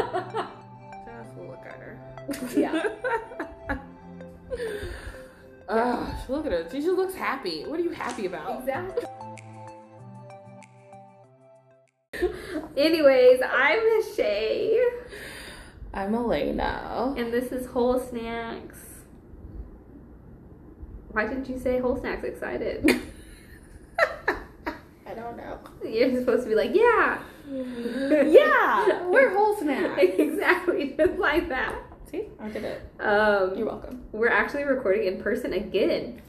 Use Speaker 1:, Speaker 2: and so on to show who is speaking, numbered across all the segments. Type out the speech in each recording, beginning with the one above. Speaker 1: Just look at her.
Speaker 2: Yeah.
Speaker 1: Ugh, look at her. She just looks happy. What are you happy about?
Speaker 2: Exactly. Anyways, I'm Shay,
Speaker 1: I'm Elena.
Speaker 2: and this is Whole Snacks. Why didn't you say Whole Snacks excited?
Speaker 1: I don't know.
Speaker 2: You're supposed to be like, yeah,
Speaker 1: Yeah, we're whole snacks.
Speaker 2: exactly, just like that.
Speaker 1: See, I did it. You're
Speaker 2: Um,
Speaker 1: welcome.
Speaker 2: we're actually recording in person again,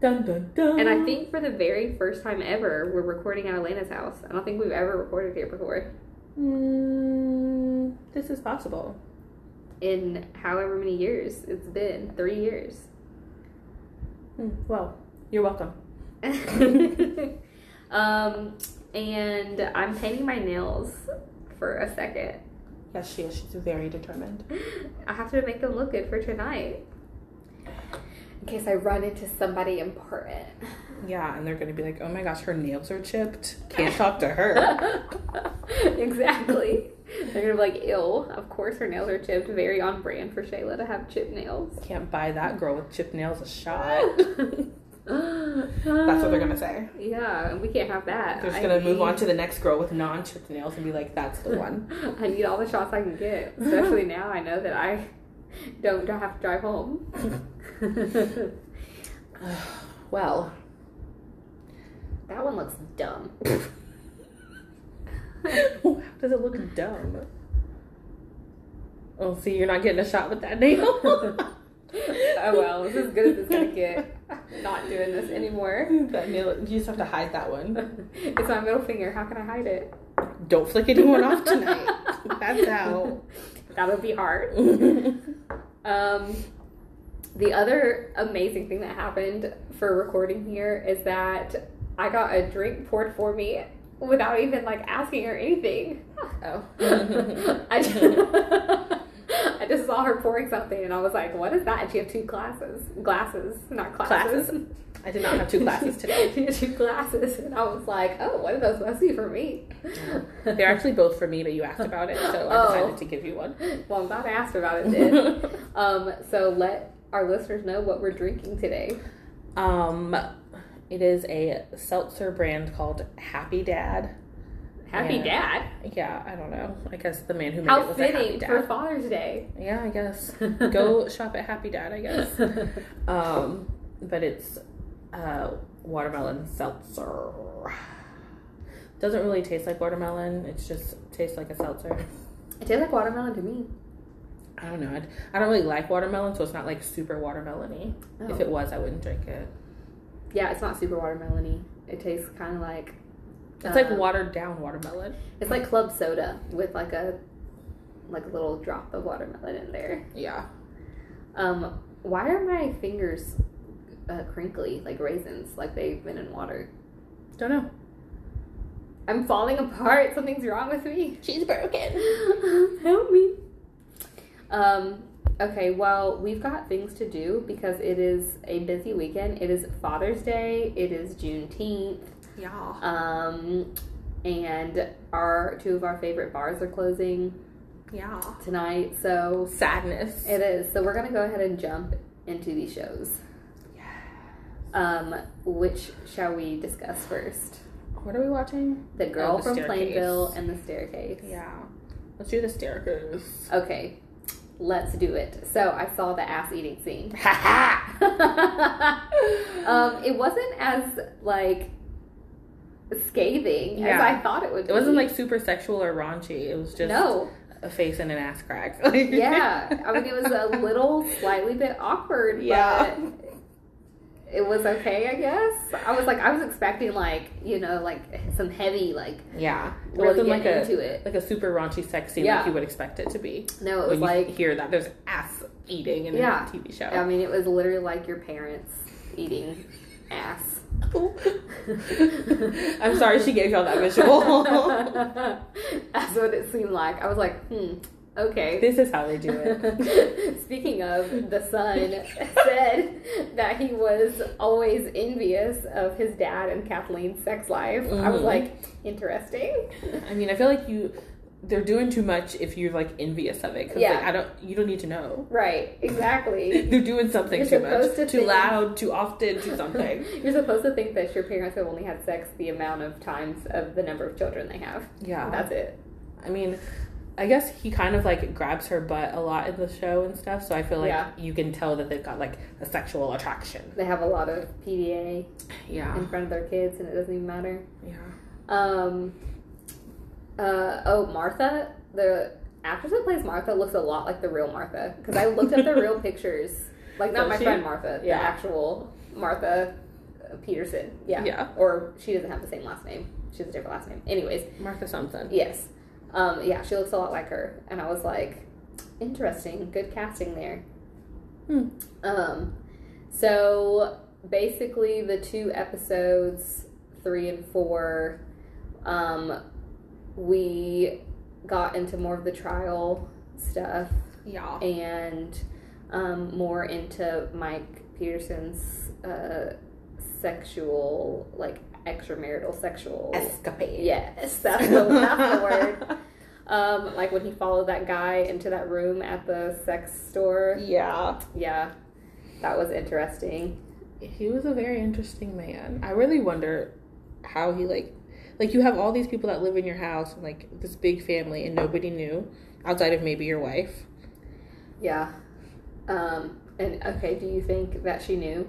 Speaker 1: Dun dun dun.
Speaker 2: and I think for the very first time ever, we're recording at Elena's house. I don't think we've ever recorded here before
Speaker 1: mm, this is possible.
Speaker 2: in however many years it's been three years.
Speaker 1: Mm, well, you're welcome.
Speaker 2: um, and I'm painting my nails for a second.
Speaker 1: Yes, she is. She's very determined.
Speaker 2: I have to make them look good for tonight. In case I run into somebody important.
Speaker 1: Yeah, and they're gonna be like, "Oh my gosh, her nails are chipped. Can't talk to her."
Speaker 2: exactly. They're gonna be like, ill. Of course, her nails are chipped. Very on brand for Shayla to have chipped nails.
Speaker 1: Can't buy that girl with chipped nails a shot. That's what they're gonna say.
Speaker 2: Yeah, we can't have that.
Speaker 1: They're just
Speaker 2: I
Speaker 1: gonna move
Speaker 2: need-
Speaker 1: on to the next girl with non-chipped nails and be like, "That's the one."
Speaker 2: I need all the shots I can get, especially now I know that I don't have to drive home. that
Speaker 1: Well,
Speaker 2: one looks dumb.
Speaker 1: how does it look dumb? Oh, see, you're not getting a shot with that nail.
Speaker 2: oh well, it's as good as it's gonna get. I'm not doing this anymore.
Speaker 1: that nail. You just have to hide that one.
Speaker 2: It's my middle finger. How can I hide it?
Speaker 1: Don't flick anyone off tonight. That's how.
Speaker 2: That would be hard. Um, the other amazing thing that happened for recording here is that I got a drink poured for me without even like asking her anything.
Speaker 1: oh.
Speaker 2: I just, I just saw her pouring something and I was like, "What is that?" And she had two glasses, glasses, not classes.
Speaker 1: Classes? I did not have two classes today.
Speaker 2: she had two glasses, and I was like, "Oh, what are those must be for me?"
Speaker 1: They're actually both for me, but you asked about it, so I
Speaker 2: Oh.
Speaker 1: decided to give you one.
Speaker 2: Well, I'm glad I asked about it then. um, so let our listeners know what we're drinking today.
Speaker 1: um, it is a seltzer brand called Happy Dad.
Speaker 2: Happy
Speaker 1: Yeah.
Speaker 2: Dad.
Speaker 1: Yeah, I don't know. I guess the man who made it
Speaker 2: How
Speaker 1: was a Happy
Speaker 2: fitting for
Speaker 1: Dad.
Speaker 2: Father's Day.
Speaker 1: yeah, I guess. Go shop at Happy Dad, I guess. Um, but it's uh, watermelon seltzer. Doesn't really taste like watermelon. It's just tastes like a seltzer.
Speaker 2: It tastes like watermelon to me.
Speaker 1: I don't know. I'd, I don't really like watermelon, so it's not like super watermelony. y If it was, I wouldn't drink it.
Speaker 2: Oh. yeah, it's not super watermelony. It tastes kind of like
Speaker 1: It's like
Speaker 2: uh,
Speaker 1: watered down watermelon.
Speaker 2: It's like club soda with like a like a little drop of watermelon in there.
Speaker 1: Yeah.
Speaker 2: Um, why are my fingers uh, crinkly like raisins, like they've been in water?
Speaker 1: Don't know.
Speaker 2: I'm falling apart. Something's wrong with me.
Speaker 1: She's broken.
Speaker 2: Help me. Um, okay, well, we've got things to do because it is a busy weekend. It is Father's Day, it is Juneteenth,
Speaker 1: Yeah.
Speaker 2: um, and our two of our favorite bars are closing
Speaker 1: Yeah.
Speaker 2: tonight, so
Speaker 1: Sadness.
Speaker 2: it is. So we're gonna go ahead and jump into these shows. Um, which shall we discuss first?
Speaker 1: what are we watching?
Speaker 2: The Girl
Speaker 1: Oh, The
Speaker 2: from
Speaker 1: Staircase.
Speaker 2: Plainville and the Staircase.
Speaker 1: Yeah. Let's do the staircase.
Speaker 2: Okay, let's do it. So I saw the ass eating scene.
Speaker 1: Ha
Speaker 2: um, it wasn't as like scathing
Speaker 1: Yeah.
Speaker 2: as I thought it would.
Speaker 1: It wasn't
Speaker 2: be.
Speaker 1: like super sexual or raunchy. It was just
Speaker 2: no,
Speaker 1: a face and an ass crack.
Speaker 2: yeah. I mean, it was a little slightly bit awkward.
Speaker 1: Yeah.
Speaker 2: but it was okay, I guess. I was like, I was expecting like you know like some heavy like
Speaker 1: Yeah. It
Speaker 2: really
Speaker 1: wasn't like
Speaker 2: getting
Speaker 1: a
Speaker 2: into it.
Speaker 1: like a super raunchy sex scene
Speaker 2: Yeah.
Speaker 1: like you would expect it to be.
Speaker 2: No, it was
Speaker 1: When you
Speaker 2: like
Speaker 1: hear that there's ass eating in a
Speaker 2: Yeah.
Speaker 1: TV show.
Speaker 2: I mean, it was literally like your parents eating ass.
Speaker 1: I'm sorry she gave y'all that visual.
Speaker 2: That's what it seemed like. I was like, hmm, okay.
Speaker 1: this is how they do it.
Speaker 2: Speaking of, the son said that he was always envious of his dad and Kathleen's sex life. I was
Speaker 1: Mhm.
Speaker 2: like, interesting.
Speaker 1: I mean, I feel like you they're doing too much if you're like envious of it. 'cause,
Speaker 2: Yeah.
Speaker 1: like, I don't. You don't need to know.
Speaker 2: Right, exactly.
Speaker 1: They're doing something
Speaker 2: You're
Speaker 1: too much,
Speaker 2: supposed to
Speaker 1: too
Speaker 2: think-
Speaker 1: loud, too often, too something.
Speaker 2: You're supposed to think that your parents have only had sex the amount of times of the number of children they have.
Speaker 1: yeah.
Speaker 2: That's it.
Speaker 1: I mean, I guess he kind of like grabs her butt a lot in the show and stuff. So I feel like
Speaker 2: Yeah.
Speaker 1: you can tell that they've got like a sexual attraction.
Speaker 2: They have a lot of PDA
Speaker 1: Yeah.
Speaker 2: in front of their kids, and it doesn't even matter.
Speaker 1: Yeah.
Speaker 2: Um. Uh oh, Martha. The actress that plays Martha looks a lot like the real Martha because I looked up the real pictures. Like not
Speaker 1: Does
Speaker 2: my
Speaker 1: Oh, she?
Speaker 2: friend Martha,
Speaker 1: Yeah.
Speaker 2: the actual Martha uh, Peterson. Yeah.
Speaker 1: Yeah.
Speaker 2: Or she doesn't have the same last name. She has a different last name. Anyways,
Speaker 1: Martha something.
Speaker 2: yes. Um. Yeah, she looks a lot like her, and I was like, interesting, good casting there.
Speaker 1: Hmm.
Speaker 2: Um. So basically, the two episodes, three and four, um, we got into more of the trial stuff
Speaker 1: Yeah.
Speaker 2: and um, more into Mike Peterson's uh, sexual, like extramarital sexual.
Speaker 1: Escapade.
Speaker 2: Yes, that's the, that's the word. Um, like when he followed that guy into that room at the sex store.
Speaker 1: Yeah.
Speaker 2: Yeah, that was interesting.
Speaker 1: He was a very interesting man. I really wonder how he like like you have all these people that live in your house and like this big family and nobody knew outside of maybe your wife.
Speaker 2: Yeah. Um, and okay, do you think that she knew?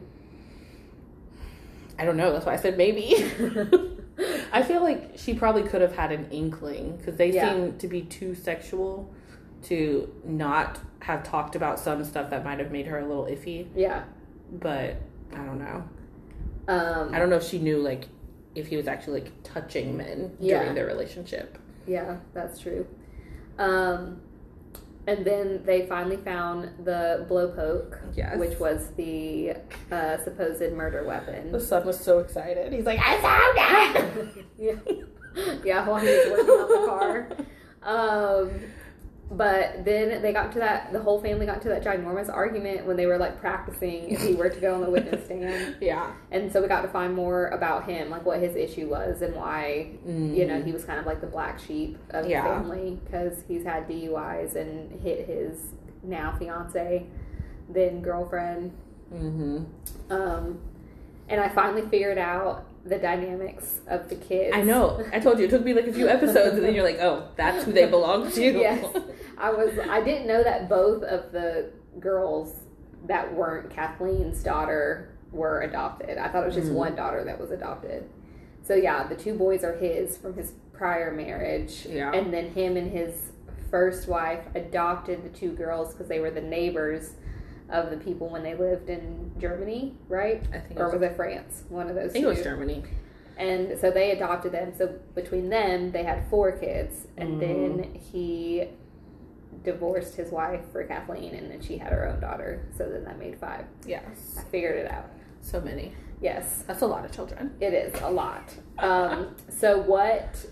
Speaker 1: I don't know. That's why I said maybe. I feel like she probably could have had an inkling because they
Speaker 2: Yeah.
Speaker 1: seem to be too sexual to not have talked about some stuff that might have made her a little iffy.
Speaker 2: Yeah.
Speaker 1: But I don't know.
Speaker 2: Um,
Speaker 1: I don't know if she knew like if he was actually like touching men
Speaker 2: Yeah.
Speaker 1: during their relationship.
Speaker 2: Yeah, that's true. Um, and then they finally found the blowpoke,
Speaker 1: Yes.
Speaker 2: which was the uh, supposed murder weapon.
Speaker 1: son was so excited. He's like, I found it.
Speaker 2: Yeah, yeah, while he was working on the car. Um, but then they got to that. The whole family got to that ginormous argument when they were like practicing if he were to go on the witness stand.
Speaker 1: Yeah.
Speaker 2: And so we got to find more about him, like what his issue was and why
Speaker 1: Mm-hmm.
Speaker 2: you know he was kind of like the black sheep of
Speaker 1: Yeah.
Speaker 2: the family because he's had DUIs and hit his now fiance, then girlfriend.
Speaker 1: Mm-hmm.
Speaker 2: Um, and I finally figured out the dynamics of the kids.
Speaker 1: I know. I told you it took me like a few episodes, and then you're like, oh, that's who they belong to.
Speaker 2: Yes. I was. I didn't know that both of the girls that weren't Kathleen's daughter were adopted. I thought it was just
Speaker 1: Mhm.
Speaker 2: one daughter that was adopted. So yeah, the two boys are his from his prior marriage.
Speaker 1: Yeah.
Speaker 2: and then him and his first wife adopted the two girls because they were the neighbors of the people when they lived in Germany, right?
Speaker 1: I think it
Speaker 2: Or
Speaker 1: was,
Speaker 2: was it France? One of those
Speaker 1: I think it
Speaker 2: two.
Speaker 1: was Germany.
Speaker 2: And so they adopted them. So between them, they had four kids, and then he divorced his wife for Kathleen, and then she had her own daughter. So then that made five. I
Speaker 1: Yes.
Speaker 2: figured it out.
Speaker 1: So many.
Speaker 2: Yes,
Speaker 1: That's a lot of children.
Speaker 2: it is a lot. Um, so what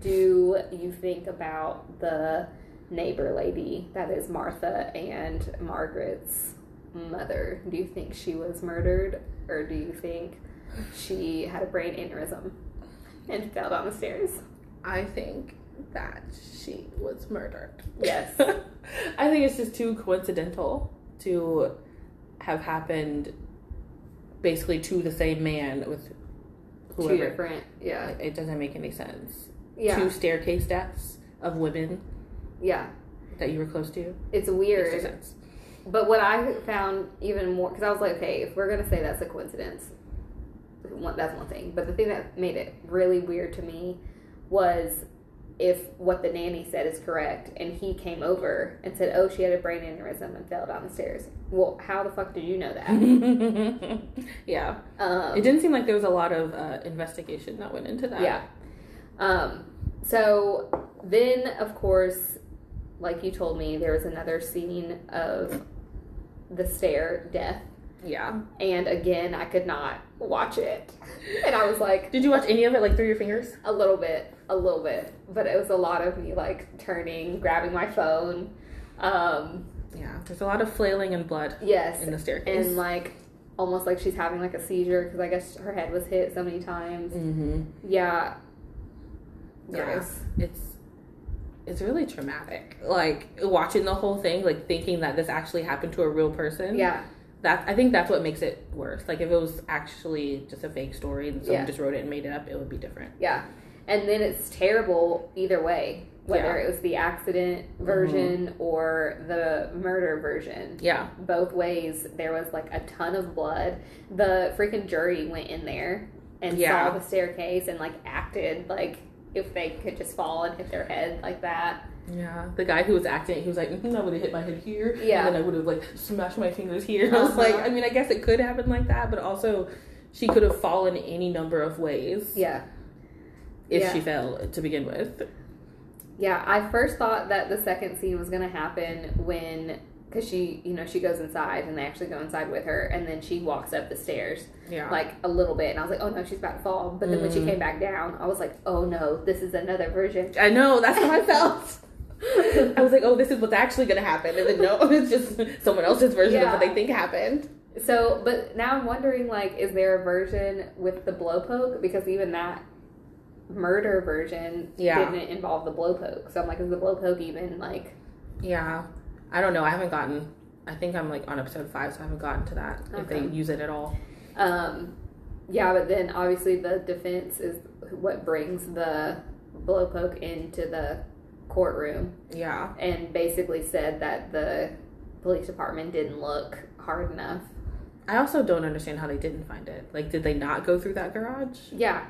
Speaker 2: do you think about the neighbor lady that is Martha and Margaret's mother? Do you think she was murdered, or do you think she had a brain aneurysm and fell down the stairs?
Speaker 1: I think that she was murdered.
Speaker 2: Yes.
Speaker 1: I think it's just too coincidental to have happened basically to the same man with
Speaker 2: Two
Speaker 1: whoever.
Speaker 2: different, yeah,
Speaker 1: Like, it doesn't make any sense.
Speaker 2: yeah,
Speaker 1: Two staircase deaths of women
Speaker 2: yeah.
Speaker 1: that you were close to.
Speaker 2: It's
Speaker 1: Makes no
Speaker 2: weird.
Speaker 1: sense.
Speaker 2: But what I found even more, because I was like, okay, if we're gonna say that's a coincidence, one, that's one thing. But the thing that made it really weird to me was if what the nanny said is correct, and he came over and said, "Oh, she had a brain aneurysm and fell down the stairs." Well, how the fuck did you know that?
Speaker 1: yeah. It
Speaker 2: Um,
Speaker 1: didn't seem like there was a lot of uh, investigation that went into that.
Speaker 2: yeah. Um, so then, of course, like you told me, there was another scene of the stair death.
Speaker 1: Yeah.
Speaker 2: and again i could not watch it and i was like
Speaker 1: Did you watch any of it like through your fingers?
Speaker 2: a little bit a little bit but it was a lot of me like turning grabbing my phone um
Speaker 1: Yeah. There's a lot of flailing and blood
Speaker 2: yes
Speaker 1: in the staircase.
Speaker 2: and like almost like she's having like a seizure because i guess her head was hit so
Speaker 1: Mm.
Speaker 2: many times
Speaker 1: mm-hmm.
Speaker 2: yeah
Speaker 1: Yeah.
Speaker 2: Gross.
Speaker 1: It's is really traumatic. Like watching the whole thing, like thinking that this actually happened to a real person.
Speaker 2: Yeah.
Speaker 1: That I think that's what makes it worse. Like if it was actually just a fake story and someone
Speaker 2: Yeah.
Speaker 1: just wrote it and made it up, it would be different.
Speaker 2: Yeah. And then it's terrible either way, whether
Speaker 1: Yeah.
Speaker 2: it was the accident version or the murder version.
Speaker 1: Yeah.
Speaker 2: Both ways, there was like a ton of blood. The freaking jury went in there and
Speaker 1: Yeah.
Speaker 2: saw the staircase and like acted like if they could just fall and hit their head like that.
Speaker 1: Yeah. The guy who was acting, he was like, mm, I would have hit my head here.
Speaker 2: Yeah.
Speaker 1: And then I would have like smashed my fingers here. I was
Speaker 2: Uh-huh.
Speaker 1: like, I mean, I guess it could happen like that, but also she could have fallen any number of ways
Speaker 2: Yeah.
Speaker 1: if
Speaker 2: Yeah.
Speaker 1: she fell to begin with.
Speaker 2: Yeah, I first thought that the second scene was going to happen when, because she, you know, she goes inside and they actually go inside with her, and then she walks up the stairs
Speaker 1: Yeah.
Speaker 2: like a little bit, and I was like, oh no, she's about to fall. But then when she
Speaker 1: Oh. Mm.
Speaker 2: came back down, I was like, oh no, this is another version.
Speaker 1: I know, that's how I felt. I was like, oh, this is what's actually going to happen. And then, no, it's just someone else's version of what
Speaker 2: Yeah.
Speaker 1: they think happened.
Speaker 2: So, but now I'm wondering, like, is there a version with the blow poke? Because even that murder version
Speaker 1: Yeah.
Speaker 2: didn't involve the blow poke. So I'm like, is the blow poke even like?
Speaker 1: Yeah. I don't know. I haven't gotten, I think I'm like on episode five, so I haven't gotten to that if they
Speaker 2: Okay.
Speaker 1: use it at all.
Speaker 2: Um, yeah, but then obviously the defense is what brings the blowpoke into the courtroom
Speaker 1: Yeah.
Speaker 2: and basically said that the police department didn't look hard enough.
Speaker 1: I also don't understand how they didn't find it. Like, did they not go through that garage?
Speaker 2: Yeah.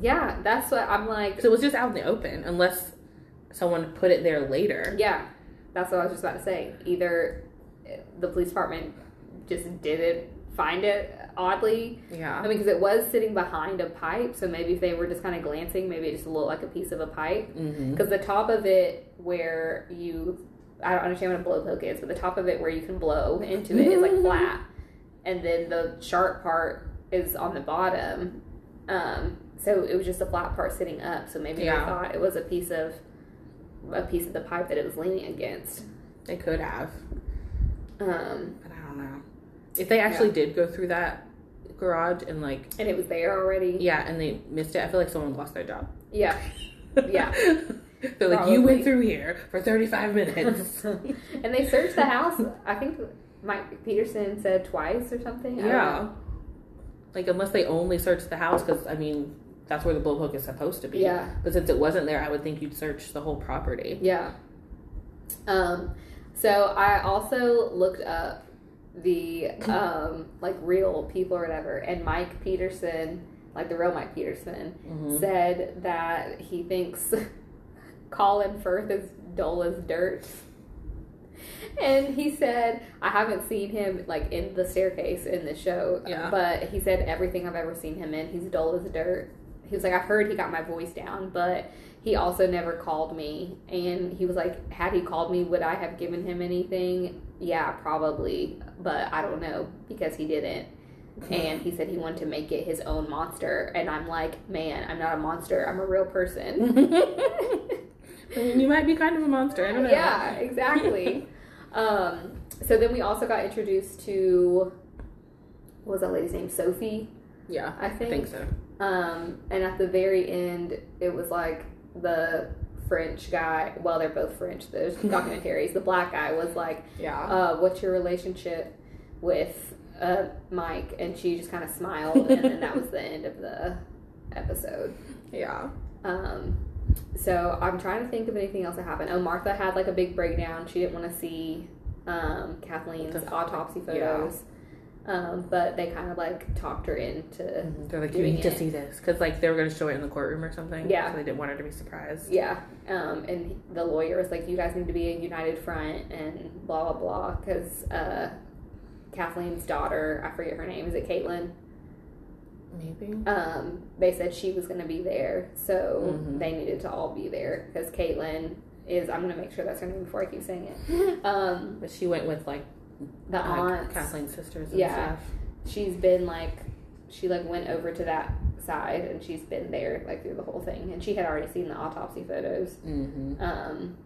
Speaker 2: Yeah, that's what I'm like.
Speaker 1: Because it was just out in the open, unless someone put it there later.
Speaker 2: Yeah, that's what I was just about to say. Either eh, the police department just didn't find it oddly. I
Speaker 1: Yeah.
Speaker 2: mean, because it was sitting behind a pipe, so maybe if they were just kind of glancing, maybe it just looked like a piece of a pipe.
Speaker 1: hmm
Speaker 2: Because the top of it where you, I don't understand what a blowpoke is, but the top of it where you can blow into it is
Speaker 1: Mm-hmm.
Speaker 2: like flat, and then the sharp part is on the bottom. Um, so it was just a flat part sitting up. So maybe I
Speaker 1: Yeah.
Speaker 2: thought it was a piece of a piece of the pipe that it was leaning against.
Speaker 1: They could have,
Speaker 2: Um,
Speaker 1: but I don't know. If they actually did go through that garage and, like,
Speaker 2: and it was there already.
Speaker 1: yeah, and they missed it, I feel like someone lost their job.
Speaker 2: Yeah. Yeah.
Speaker 1: They're like, you
Speaker 2: Probably.
Speaker 1: went through here for 35 minutes.
Speaker 2: and they searched the house. I think Mike Peterson said twice or something. I don't
Speaker 1: yeah.
Speaker 2: know.
Speaker 1: Like, unless they only searched the house, because, I mean, that's where the blowpoke is supposed to be.
Speaker 2: Yeah.
Speaker 1: But since it wasn't there, I would think you'd search the whole property.
Speaker 2: Yeah. Um, so I also looked up the um, like real people or whatever, and Mike Peterson, like the real Mike Peterson, said that he thinks Colin Firth is dull as dirt. And he said, I haven't seen him like in the staircase in the show,
Speaker 1: Yeah.
Speaker 2: but he said everything I've ever seen him in, he's dull as dirt. He was like, I've heard he got my voice down, but he also never called me. And he was like, had he called me, would I have given him anything? Yeah, probably, but I don't know because he didn't. And he said he wanted to make it his own monster. And I'm like, man, I'm not a monster. I'm a real person.
Speaker 1: you might be kind of a monster. I don't know.
Speaker 2: Yeah, exactly. um, so then we also got introduced to what was that lady's name? Sophie,
Speaker 1: Yeah.
Speaker 2: I
Speaker 1: I
Speaker 2: think.
Speaker 1: think so.
Speaker 2: Um, and at the very end, it was like the French guy. Well, they're both French. Those documentaries. the black guy was like,
Speaker 1: Yeah.
Speaker 2: uh, "What's your relationship with uh, Mike?" And she just kind of smiled, and then that was the end of the episode.
Speaker 1: Yeah.
Speaker 2: Um, so I'm trying to think of anything else that happened. Oh, Martha had like a big breakdown. She didn't want to see um, Kathleen's
Speaker 1: The-
Speaker 2: autopsy photos, um, but they kind of like talked her into
Speaker 1: They're like, you
Speaker 2: Doing
Speaker 1: need to
Speaker 2: it.
Speaker 1: see this. Because, like, they were going to show it in the courtroom or something.
Speaker 2: Yeah.
Speaker 1: So they didn't want her to be surprised.
Speaker 2: yeah. Um, and the lawyer was like, "You guys need to be a united front," and blah blah blah. Because uh, Kathleen's daughter, I forget her name, is it Caitlin?
Speaker 1: Maybe.
Speaker 2: um, they said she was going to be there, so
Speaker 1: Mhm.
Speaker 2: they needed to all be there because Caitlin is. I'm going to make sure that's her name before I keep saying it. Um,
Speaker 1: But she went with, like,
Speaker 2: the
Speaker 1: uh,
Speaker 2: aunt,
Speaker 1: Kathleen's sisters and
Speaker 2: Yeah.
Speaker 1: stuff.
Speaker 2: she's been like, she like went over to that side and she's been there like through the whole thing, and she had already seen the autopsy photos
Speaker 1: Mm-hmm.
Speaker 2: um,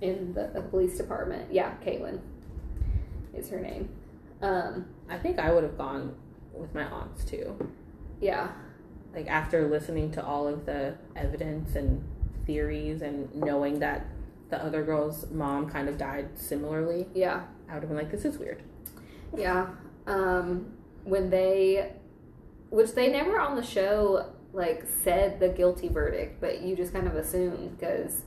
Speaker 2: in the police department. Yeah, Caitlin is her name. Um,
Speaker 1: I think I would have gone with my aunts too.
Speaker 2: yeah,
Speaker 1: Like, after listening to all of the evidence and theories and knowing that the other girl's mom kind of died similarly,
Speaker 2: Yeah.
Speaker 1: I would have been like, this is weird.
Speaker 2: Yeah. Um, when they, which they never on the show like said the guilty verdict, but you just kind of assumed because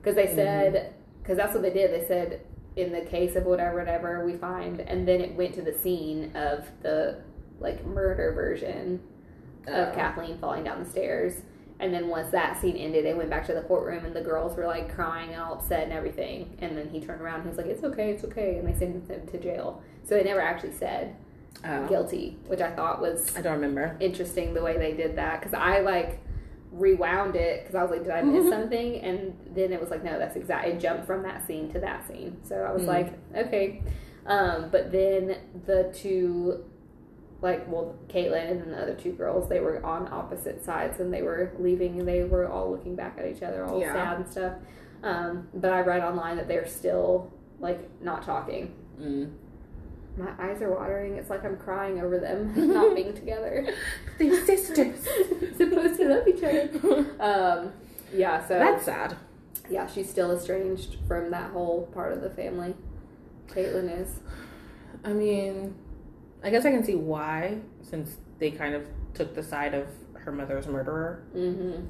Speaker 2: because they said because that's what they did. They said in the case of whatever whatever we find, and then it went to the scene of the like murder version of
Speaker 1: Oh.
Speaker 2: Kathleen falling down the stairs. And then once that scene ended, they went back to the courtroom, and the girls were like crying and all upset and everything. And then he turned around, and he was like, "It's okay, it's okay," and they sentenced him to jail. So they never actually said
Speaker 1: Oh.
Speaker 2: guilty, which I thought was
Speaker 1: I don't remember.
Speaker 2: interesting the way they did that because I like rewound it because I was like, did I miss
Speaker 1: Mhm.
Speaker 2: something? And then it was like, no, that's exact. It jumped from that scene to that scene, so I was
Speaker 1: Mm.
Speaker 2: like, okay. Um, but then the two, like, well, Caitlin and then the other two girls, they were on opposite sides and they were leaving and they were all looking back at each other, all
Speaker 1: Yeah.
Speaker 2: sad and stuff. Um, but I read online that they're still like not talking.
Speaker 1: Mm.
Speaker 2: My eyes are watering. It's like I'm crying over them not being together.
Speaker 1: They're sisters.
Speaker 2: Supposed to love each other. Um, yeah, so
Speaker 1: That's sad.
Speaker 2: yeah, she's still estranged from that whole part of the family. Caitlin is.
Speaker 1: I mean, I guess I can see why, since they kind of took the side of her mother's murderer.
Speaker 2: Mm-hmm.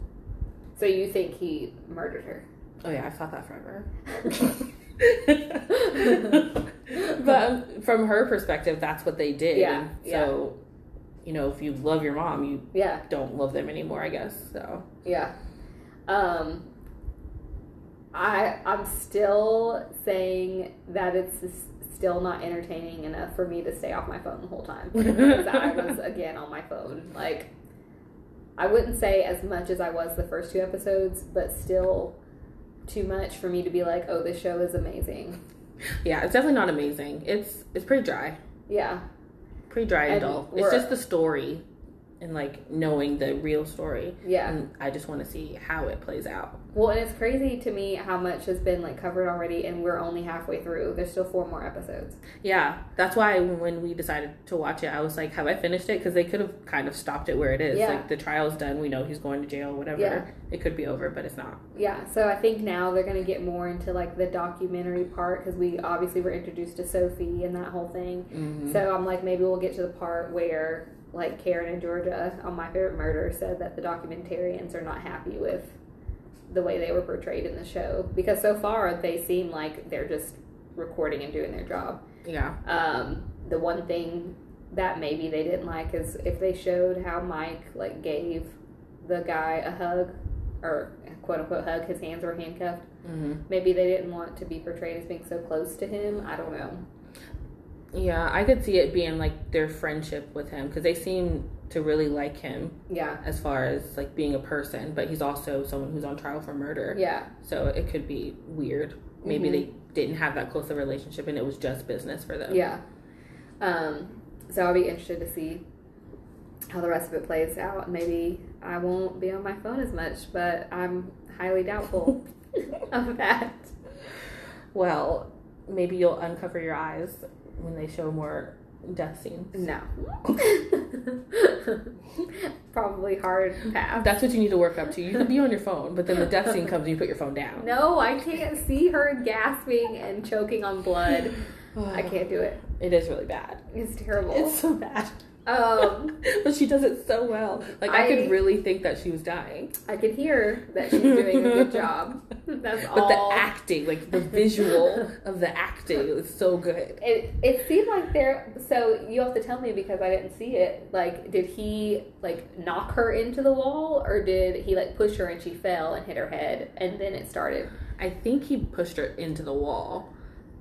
Speaker 2: So you think he murdered her?
Speaker 1: Oh yeah, I've thought that forever. but um, from her perspective, that's what they did.
Speaker 2: Yeah,
Speaker 1: So, you know, if you love your mom, you
Speaker 2: Yeah,
Speaker 1: don't love them anymore. I guess so.
Speaker 2: yeah. Um, I I'm still saying that it's s- still not entertaining enough for me to stay off my phone the whole time. because I was again on my phone. Like, I wouldn't say as much as I was the first two episodes, but still too much for me to be like, oh, this show is amazing.
Speaker 1: yeah, it's definitely not amazing. It's it's pretty dry,
Speaker 2: Yeah,
Speaker 1: pretty dry and,
Speaker 2: And
Speaker 1: dull. It's
Speaker 2: we're-
Speaker 1: just the story, and like knowing the real story.
Speaker 2: yeah.
Speaker 1: And I just want to see how it plays out.
Speaker 2: Well, and it's crazy to me how much has been like covered already, and we're only halfway through. There's still four more episodes.
Speaker 1: Yeah, that's why when we decided to watch it, I was like, "Have I finished it?" Because they could have kind of stopped it where it is.
Speaker 2: Yeah.
Speaker 1: Like the trial's done. We know he's going to jail. Whatever.
Speaker 2: Yeah.
Speaker 1: It could be over, but it's not.
Speaker 2: Yeah, so I think now they're gonna get more into like the documentary part because we obviously were introduced to Sophie and that whole thing. So I'm like, maybe we'll get to the part where like Karen and Georgia on My Favorite Murder said that the documentarians are not happy with the way they were portrayed in the show because so far they seem like they're just recording and doing their job.
Speaker 1: Yeah.
Speaker 2: Um, the one thing that maybe they didn't like is if they showed how Mike like gave the guy a hug or quote unquote hug, his hands were handcuffed.
Speaker 1: hmm
Speaker 2: Maybe they didn't want to be portrayed as being so close to him. I don't know.
Speaker 1: Yeah, I could see it being like their friendship with him because they seem to really like him
Speaker 2: Yeah.
Speaker 1: as far as like being a person, but he's also someone who's on trial for murder.
Speaker 2: Yeah.
Speaker 1: So it could be weird. Maybe
Speaker 2: Mhm.
Speaker 1: they didn't have that close a relationship and it was just business for them.
Speaker 2: Yeah. Um, so I'll be interested to see how the rest of it plays out. Maybe I won't be on my phone as much, but I'm highly doubtful of that.
Speaker 1: Well, maybe you'll uncover your eyes when they show more death scenes.
Speaker 2: No. Probably hard path.
Speaker 1: That's what you need to work up to. You can be on your phone, but then the death scene comes and you put your phone down.
Speaker 2: No, I can't see her gasping and choking on blood. I can't do it.
Speaker 1: It is really bad.
Speaker 2: It's terrible.
Speaker 1: It's so bad.
Speaker 2: um,
Speaker 1: but she does it so well. Like I,
Speaker 2: I-
Speaker 1: could really think that she was dying,
Speaker 2: I can hear that she's doing a good job. That's
Speaker 1: but
Speaker 2: all.
Speaker 1: the acting, like the visual of the acting, is so good.
Speaker 2: It, it seemed like there. So you have to tell me because I didn't see it. Like, did he like knock her into the wall, or did he like push her and she fell and hit her head, and then it started?
Speaker 1: I think he pushed her into the wall,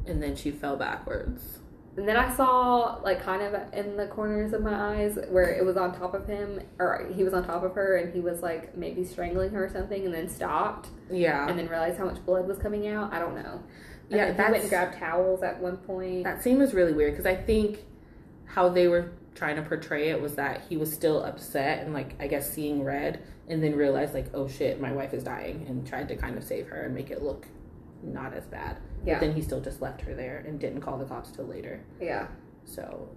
Speaker 1: and then she fell backwards.
Speaker 2: And then I saw like kind of in the corners of my eyes where it was on top of him, or he was on top of her, and he was like maybe strangling her or something, and then stopped,
Speaker 1: Yeah,
Speaker 2: and then realized how much blood was coming out. I don't know. And
Speaker 1: Yeah,
Speaker 2: then he went
Speaker 1: that's-
Speaker 2: and grabbed towels at one point.
Speaker 1: that scene was really weird because I think how they were trying to portray it was that he was still upset and like I guess seeing red, and then realized like oh shit, my wife is dying, and tried to kind of save her and make it look not as bad.
Speaker 2: Yeah.
Speaker 1: But then he still just left her there and didn't call the cops till later.
Speaker 2: yeah.
Speaker 1: So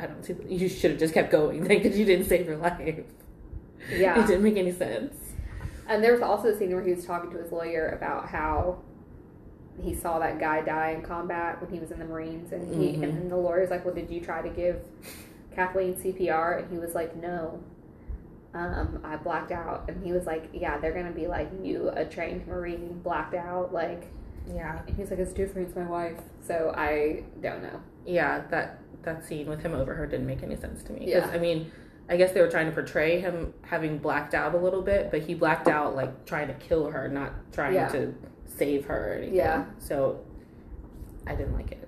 Speaker 1: I don't see. You should have just kept going because you didn't save your life.
Speaker 2: Yeah.
Speaker 1: It didn't make any sense.
Speaker 2: And there was also a scene where he was talking to his lawyer about how he saw that guy die in combat when he was in the Marines, and he
Speaker 1: Mhm.
Speaker 2: and then the lawyer's like, "Well, did you try to give Kathleen CPR?" And he was like, "No." Um, I blacked out, and he was like, "Yeah, they're gonna be like you, a trained Marine, blacked out." Like,
Speaker 1: Yeah.
Speaker 2: and he's like, "It's different. It's my wife." So I don't know.
Speaker 1: Yeah, that that scene with him over her didn't make any sense to me. 'Cause,
Speaker 2: Yeah.
Speaker 1: I mean, I guess they were trying to portray him having blacked out a little bit, but he blacked out like trying to kill her, not trying
Speaker 2: Yeah.
Speaker 1: to save her or anything.
Speaker 2: Yeah.
Speaker 1: So I didn't like it.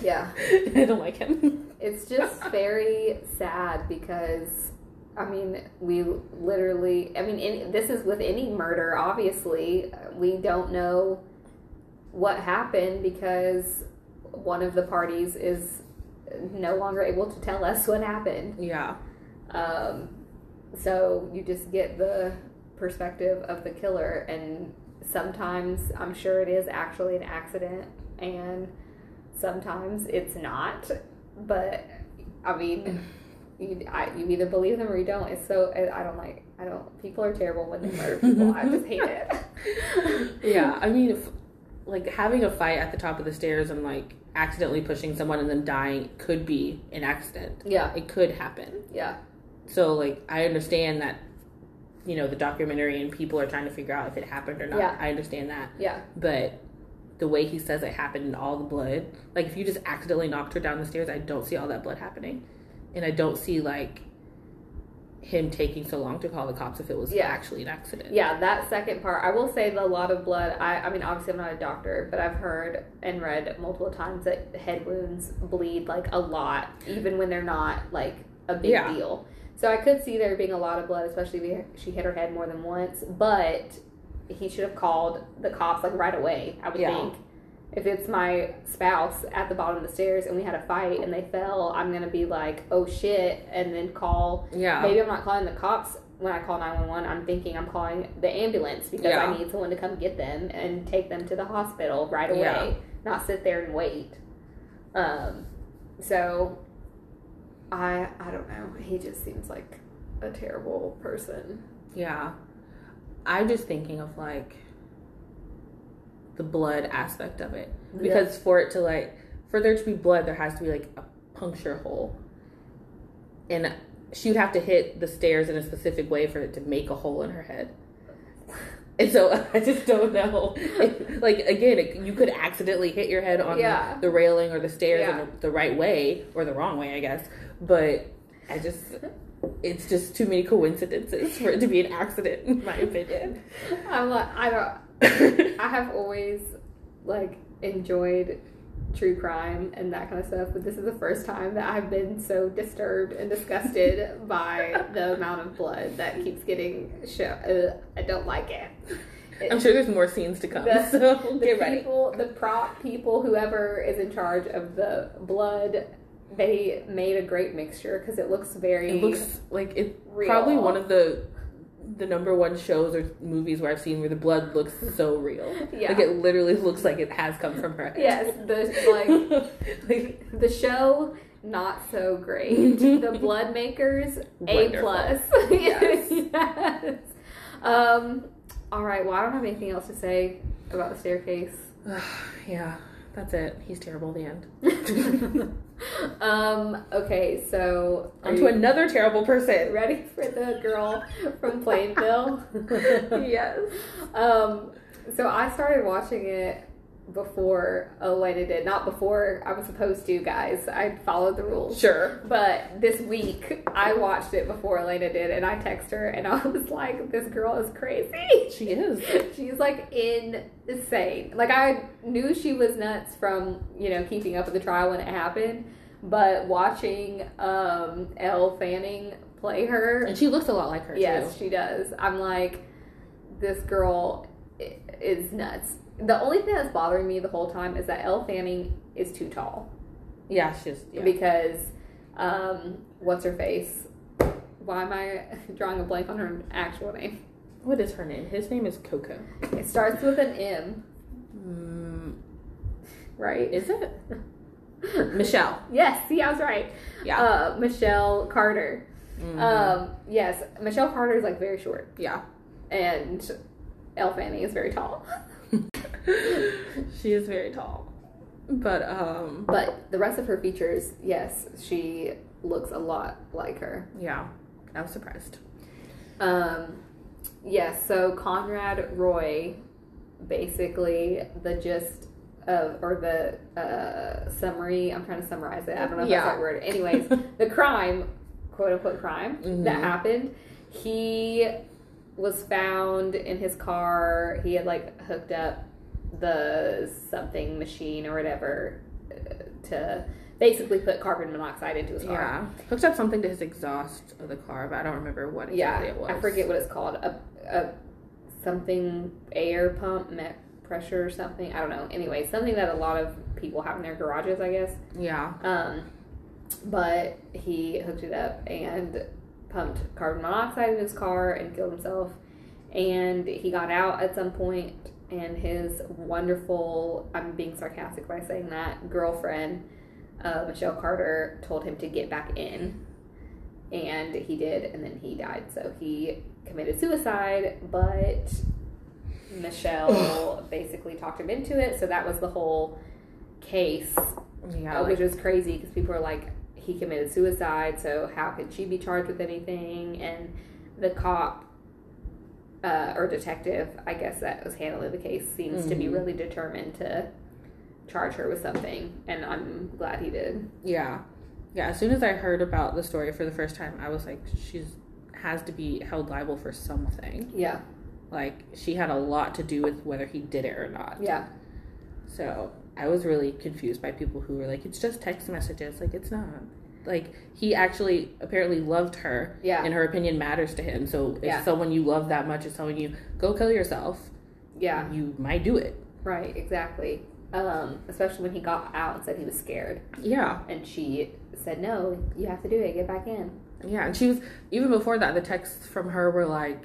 Speaker 2: Yeah,
Speaker 1: I don't like him.
Speaker 2: It's just very sad because, I mean, we literally, I mean, in, this is with any murder, obviously. We don't know what happened because one of the parties is no longer able to tell us what happened.
Speaker 1: Yeah.
Speaker 2: Um, so you just get the perspective of the killer, and sometimes I'm sure it is actually an accident, and sometimes it's not. But I mean, you, I, you either believe them or you don't. It's so I I don't like. I don't. People are terrible when they murder people. I just hate it.
Speaker 1: Yeah. I mean, if, like having a fight at the top of the stairs and like accidentally pushing someone and then dying could be an accident.
Speaker 2: Yeah.
Speaker 1: It could happen.
Speaker 2: Yeah.
Speaker 1: So like I understand that you know the documentary and people are trying to figure out if it happened or not.
Speaker 2: Yeah.
Speaker 1: I understand that.
Speaker 2: Yeah.
Speaker 1: But the way he says it happened and all the blood, like if you just accidentally knocked her down the stairs, I don't see all that blood happening. And I don't see like him taking so long to call the cops if it was
Speaker 2: Yeah.
Speaker 1: actually an accident.
Speaker 2: Yeah, that second part. I will say the lot of blood. I, I mean, obviously, I'm not a doctor, but I've heard and read multiple times that head wounds bleed like a lot, even when they're not like a big
Speaker 1: Yeah.
Speaker 2: deal. So I could see there being a lot of blood, especially if she hit her head more than once. But he should have called the cops like right away. I would
Speaker 1: Yeah.
Speaker 2: think. If it's my spouse at the bottom of the stairs and we had a fight and they fell, I'm gonna be like, oh shit, and then call
Speaker 1: Yeah.
Speaker 2: Maybe I'm not calling the cops when I call 911. I'm thinking I'm calling the ambulance because
Speaker 1: Yeah.
Speaker 2: I need someone to come get them and take them to the hospital right away,
Speaker 1: Yeah.
Speaker 2: not sit there and wait. Um, so I I don't know. He just seems like a terrible person.
Speaker 1: Yeah. I'm just thinking of like the blood aspect of it. Because for it to like for there to be blood there has to be like a puncture hole. And she would have to hit the stairs in a specific way for it to make a hole in her head. And so I just don't know. like again, it, you could accidentally hit your head on
Speaker 2: Yeah.
Speaker 1: the railing or the stairs
Speaker 2: Yeah.
Speaker 1: in the, the right way or the wrong way, I guess. But I just it's just too many coincidences for it to be an accident, in my opinion.
Speaker 2: I'm like I don't. I have always like enjoyed true crime and that kind of stuff, but this is the first time that I've been so disturbed and disgusted by the amount of blood that keeps getting shown. Ugh, I don't like it.
Speaker 1: I'm sure there's more scenes to come.
Speaker 2: The-
Speaker 1: so
Speaker 2: The
Speaker 1: get ready.
Speaker 2: people, the prop people, whoever is in charge of the blood, they made a great mixture because it looks very
Speaker 1: It looks like it's
Speaker 2: real.
Speaker 1: probably one of the the number one shows or movies where I've seen where the blood looks so real.
Speaker 2: yeah.
Speaker 1: Like it literally looks like it has come from her head.
Speaker 2: yes, the like
Speaker 1: like
Speaker 2: The show not so great. the blood makers a
Speaker 1: Wonderful.
Speaker 2: plus.
Speaker 1: Yes.
Speaker 2: Yes. Um. All right. Well, I don't have anything else to say about the staircase.
Speaker 1: yeah, that's it. He's terrible. The end.
Speaker 2: um. Okay. So are
Speaker 1: On to
Speaker 2: you
Speaker 1: another terrible person.
Speaker 2: ready for the girl from Plainville?
Speaker 1: yes.
Speaker 2: um. So I started watching it before Elena did. Not before I was supposed to, guys. I followed the rules.
Speaker 1: Sure.
Speaker 2: But this week, I watched it before Elena did, and I texted her, and I was like, "This girl is crazy.
Speaker 1: She is.
Speaker 2: She's like insane. Like I knew she was nuts from you know keeping up with the trial when it happened, but watching um Elle Fanning play her,
Speaker 1: And she looks a lot like her
Speaker 2: yes, she does. I'm like, this girl i- is nuts. The only thing that's bothering me the whole time is that Elle Fanning is too tall
Speaker 1: too. Yeah, she's yeah.
Speaker 2: because um, what's her face? Why am I drawing a blank on her actual name?
Speaker 1: What is her name? His name is Coco.
Speaker 2: It starts with an M,
Speaker 1: Mm,
Speaker 2: right?
Speaker 1: is it? Michelle.
Speaker 2: yes, see, I was right.
Speaker 1: Yeah.
Speaker 2: Uh, Michelle Carter.
Speaker 1: Mhm.
Speaker 2: Um, yes, Michelle Carter is like very short.
Speaker 1: yeah.
Speaker 2: and Elle Fanning is very tall.
Speaker 1: she is very tall. But um
Speaker 2: But the rest of her features, yes, she looks a lot like her.
Speaker 1: yeah, I was surprised.
Speaker 2: Um, yes, so Conrad Roy, basically the gist of, or the uh, summary, I'm trying to summarize it. I don't know if
Speaker 1: Yeah.
Speaker 2: that's the right word. Anyways, the crime, quote unquote crime, that
Speaker 1: Mhm.
Speaker 2: happened, he was found in his car. He had like hooked up the something machine or whatever uh, to basically put carbon monoxide into his car.
Speaker 1: Yeah. Hooked up something to his exhaust of the car, but I don't remember what
Speaker 2: Yeah,
Speaker 1: exactly it was.
Speaker 2: I forget what it's called. A, a something air pump me- pressure or something. I don't know. Anyway, something that a lot of people have in their garages, I guess.
Speaker 1: Yeah.
Speaker 2: Um, but he hooked it up and pumped carbon monoxide in his car and killed himself. And he got out at some point, and his wonderful, I'm being sarcastic by saying that, girlfriend, uh, Michelle Carter, told him to get back in. And he did, and then he died. So he committed suicide, but Michelle basically talked him into it. So that was the whole case
Speaker 1: Yeah.
Speaker 2: uh,
Speaker 1: like-
Speaker 2: which was crazy because people were like, he committed suicide, so how could she be charged with anything? And the cop uh, or detective, I guess that was handling the case, seems to be
Speaker 1: Mhm.
Speaker 2: really determined to charge her with something, and I'm glad he did.
Speaker 1: yeah. Yeah. As soon as I heard about the story for the first time, I was like, she's has to be held liable for something.
Speaker 2: Yeah,
Speaker 1: Like she had a lot to do with whether he did it or not.
Speaker 2: yeah,
Speaker 1: So I was really confused by people who were like, it's just text messages. Like, it's not. Like, he actually apparently loved her,
Speaker 2: yeah,
Speaker 1: and her opinion matters to him. So if
Speaker 2: Yeah.
Speaker 1: someone you love that much is telling you, go kill yourself,
Speaker 2: yeah,
Speaker 1: you might do it.
Speaker 2: right, exactly. Um, especially when he got out and said he was scared,
Speaker 1: Yeah.
Speaker 2: and she said, No, you have to do it, get back in.
Speaker 1: Yeah. And she was, even before that, the texts from her were like,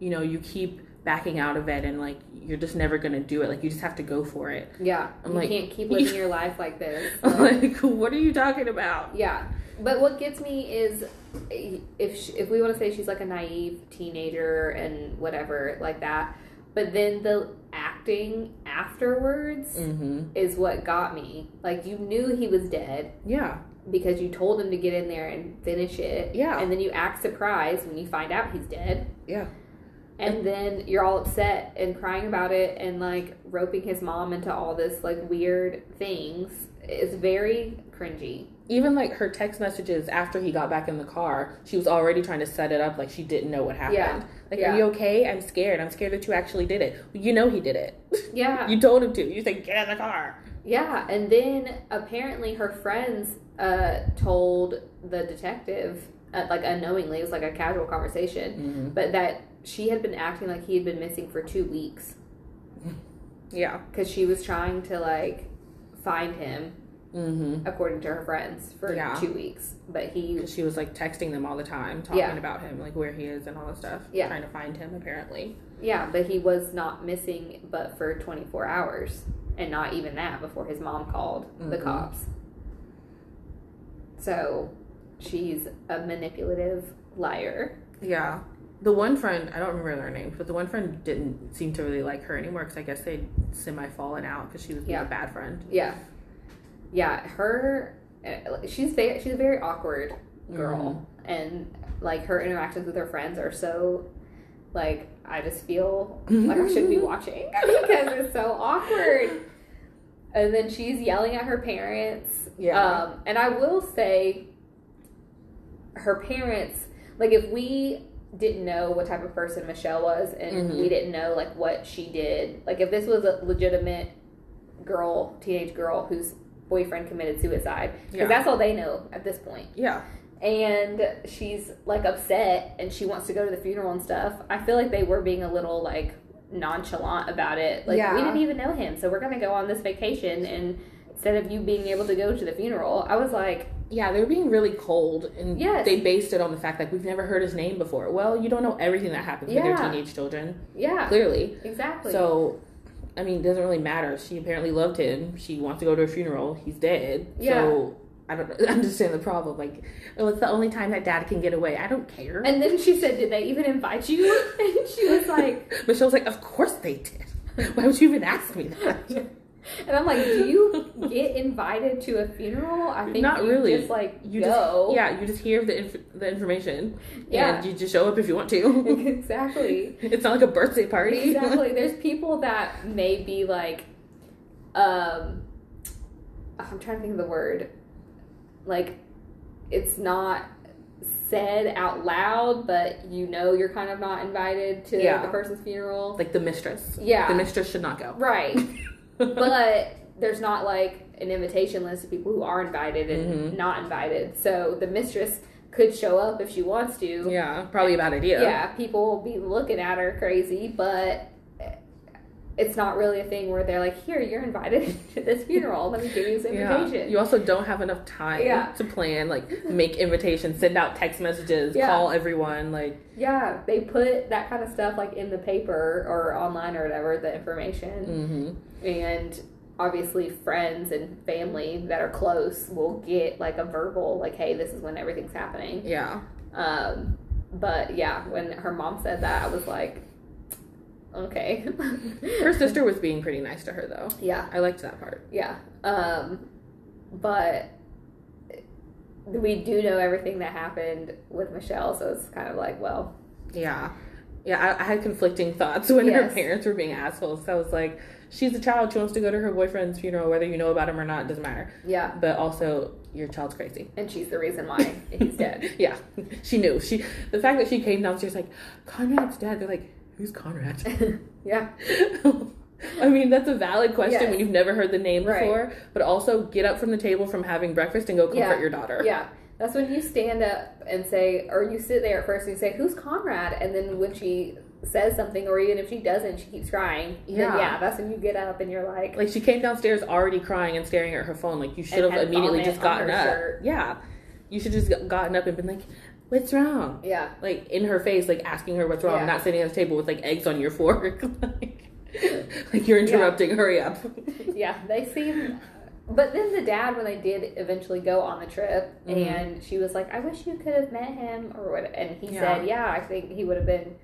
Speaker 1: you know, you keep backing out of it and like, you're just never going to do it. Like, you just have to go for it.
Speaker 2: Yeah,
Speaker 1: I'm
Speaker 2: you
Speaker 1: like-
Speaker 2: can't keep living your life like this.
Speaker 1: like, what are you talking about?
Speaker 2: Yeah, but what gets me is if she, if we want to say she's like a naive teenager and whatever like that, but then the acting afterwards
Speaker 1: hmm
Speaker 2: is what got me. Like you knew he was dead
Speaker 1: Yeah.
Speaker 2: because you told him to get in there and finish it.
Speaker 1: Yeah.
Speaker 2: and then you act surprised when you find out he's dead.
Speaker 1: Yeah.
Speaker 2: And then you're all upset and crying about it and like roping his mom into all this like weird things. It's very cringy.
Speaker 1: even like her text messages after he got back in the car, she was already trying to set it up like she didn't know what happened.
Speaker 2: Yeah.
Speaker 1: Like,
Speaker 2: Yeah.
Speaker 1: are you okay? I'm scared. I'm scared that you actually did it. You know he did it.
Speaker 2: Yeah.
Speaker 1: you told him to. You said get in the car.
Speaker 2: Yeah, and then apparently her friends uh, told the detective, uh, like unknowingly, it was like a casual conversation, but that she had been acting like he had been missing for two weeks
Speaker 1: Yeah.
Speaker 2: because she was trying to like find him,
Speaker 1: Mm-hmm.
Speaker 2: according to her friends, for
Speaker 1: Yeah.
Speaker 2: two weeks. But he,
Speaker 1: She was like texting them all the time, talking
Speaker 2: Yeah.
Speaker 1: about him, like where he is and all this stuff.
Speaker 2: Yeah.
Speaker 1: Trying to find him apparently.
Speaker 2: yeah, but he was not missing but for 24 hours, and not even that before his mom called the
Speaker 1: Mhm.
Speaker 2: cops. So she's a manipulative liar.
Speaker 1: Yeah. The one friend, I don't remember their names, but the one friend didn't seem to really like her anymore because I guess they'd semi fallen out because she was being
Speaker 2: Yeah.
Speaker 1: a bad friend.
Speaker 2: Yeah, yeah. Her, uh, she's very, she's a very awkward girl, and like her interactions with her friends are so, like I just feel like I should be watching because it's so awkward. And then she's yelling at her parents.
Speaker 1: Yeah.
Speaker 2: Um, and I will say, her parents, like if we didn't know what type of person Michelle was, and
Speaker 1: Mhm.
Speaker 2: we didn't know like what she did, like if this was a legitimate girl, teenage girl whose boyfriend committed suicide, because
Speaker 1: Yeah.
Speaker 2: that's all they know at this point.
Speaker 1: yeah.
Speaker 2: And she's like upset and she wants to go to the funeral and stuff. I feel like they were being a little like nonchalant about it. Like,
Speaker 1: Yeah.
Speaker 2: we didn't even know him, so we're gonna go on this vacation. And instead of you being able to go to the funeral, I was like,
Speaker 1: Yeah, they were being really cold, and
Speaker 2: Yes.
Speaker 1: they based it on the fact that we've never heard his name before. Well, you don't know everything that happens with
Speaker 2: Yeah.
Speaker 1: your teenage children,
Speaker 2: yeah,
Speaker 1: clearly.
Speaker 2: exactly.
Speaker 1: So, I mean, it doesn't really matter. She apparently loved him. She wants to go to a funeral. He's dead.
Speaker 2: Yeah.
Speaker 1: So, I don't understand the problem. Like, oh, it's the only time that dad can get away. I don't care.
Speaker 2: And then she said, Did they even invite you? And she was like,
Speaker 1: Michelle was like, Of course they did. Why would you even ask me that?
Speaker 2: And I'm like, Do you get invited to a funeral? I think
Speaker 1: Not
Speaker 2: you
Speaker 1: really.
Speaker 2: just like
Speaker 1: You
Speaker 2: go.
Speaker 1: just yeah, you just hear the inf- the information,
Speaker 2: Yeah.
Speaker 1: and you just show up if you want to.
Speaker 2: exactly.
Speaker 1: it's not like a birthday party.
Speaker 2: Exactly. There's people that may be like, um, I'm trying to think of the word. Like, it's not said out loud, but you know you're kind of not invited to
Speaker 1: Yeah.
Speaker 2: the person's funeral.
Speaker 1: like the mistress.
Speaker 2: Yeah.
Speaker 1: the mistress should not go.
Speaker 2: right. but there's not like an invitation list of people who are invited and
Speaker 1: Mhm.
Speaker 2: not invited. So the mistress could show up if she wants to
Speaker 1: yeah, probably a bad idea.
Speaker 2: yeah, people will be looking at her crazy, but it's not really a thing where they're like, here, you're invited to this funeral. Let me give you this
Speaker 1: Yeah.
Speaker 2: invitation.
Speaker 1: You also don't have enough time
Speaker 2: Yeah.
Speaker 1: to plan, like make invitations, send out text messages,
Speaker 2: Yeah.
Speaker 1: call everyone. Like,
Speaker 2: Yeah, they put that kind of stuff like in the paper or online or whatever, the information.
Speaker 1: mhm.
Speaker 2: And obviously, friends and family that are close will get like a verbal, like, hey, this is when everything's happening.
Speaker 1: yeah,
Speaker 2: Um, but yeah, when her mom said that, I was like, okay.
Speaker 1: her sister was being pretty nice to her though.
Speaker 2: yeah.
Speaker 1: I liked that part.
Speaker 2: Yeah. Um, but we do know everything that happened with Michelle, so it's kind of like, well,
Speaker 1: Yeah, yeah. I, I had conflicting thoughts when
Speaker 2: Yes.
Speaker 1: her parents were being assholes. So I was like, she's a child. She wants to go to her boyfriend's funeral, whether you know about him or not, it doesn't matter.
Speaker 2: yeah.
Speaker 1: But also, your child's crazy.
Speaker 2: And she's the reason why he's dead.
Speaker 1: yeah, she knew. She the fact that she came downstairs like Conrad's dead. They're like, who's Conrad?
Speaker 2: Yeah.
Speaker 1: I mean, that's a valid question
Speaker 2: Yes.
Speaker 1: when you've never heard the name
Speaker 2: Right.
Speaker 1: before, but also get up from the table from having breakfast and go comfort
Speaker 2: Yeah.
Speaker 1: your daughter.
Speaker 2: Yeah. That's when you stand up and say, or you sit there at first and you say, who's Conrad? And then when she says something, or even if she doesn't, she keeps crying. Yeah.
Speaker 1: Yeah.
Speaker 2: yeah, that's when you get up and you're like,
Speaker 1: Like she came downstairs already crying and staring at her phone. Like you should
Speaker 2: And
Speaker 1: have
Speaker 2: had
Speaker 1: immediately
Speaker 2: vomit
Speaker 1: just
Speaker 2: on her
Speaker 1: gotten up.
Speaker 2: shirt.
Speaker 1: Yeah, you should just g- gotten up and been like, "What's wrong?"
Speaker 2: yeah.
Speaker 1: Like in her face, like asking her what's wrong,
Speaker 2: Yeah.
Speaker 1: not sitting at the table with like eggs on your fork. like, like you're interrupting. Hurry up.
Speaker 2: Yeah, they seem. But then the dad, when they did eventually go on the trip,
Speaker 1: Mhm.
Speaker 2: and she was like, "I wish you could have met him," or what, and he
Speaker 1: Yeah.
Speaker 2: said, "Yeah, I think he would have been."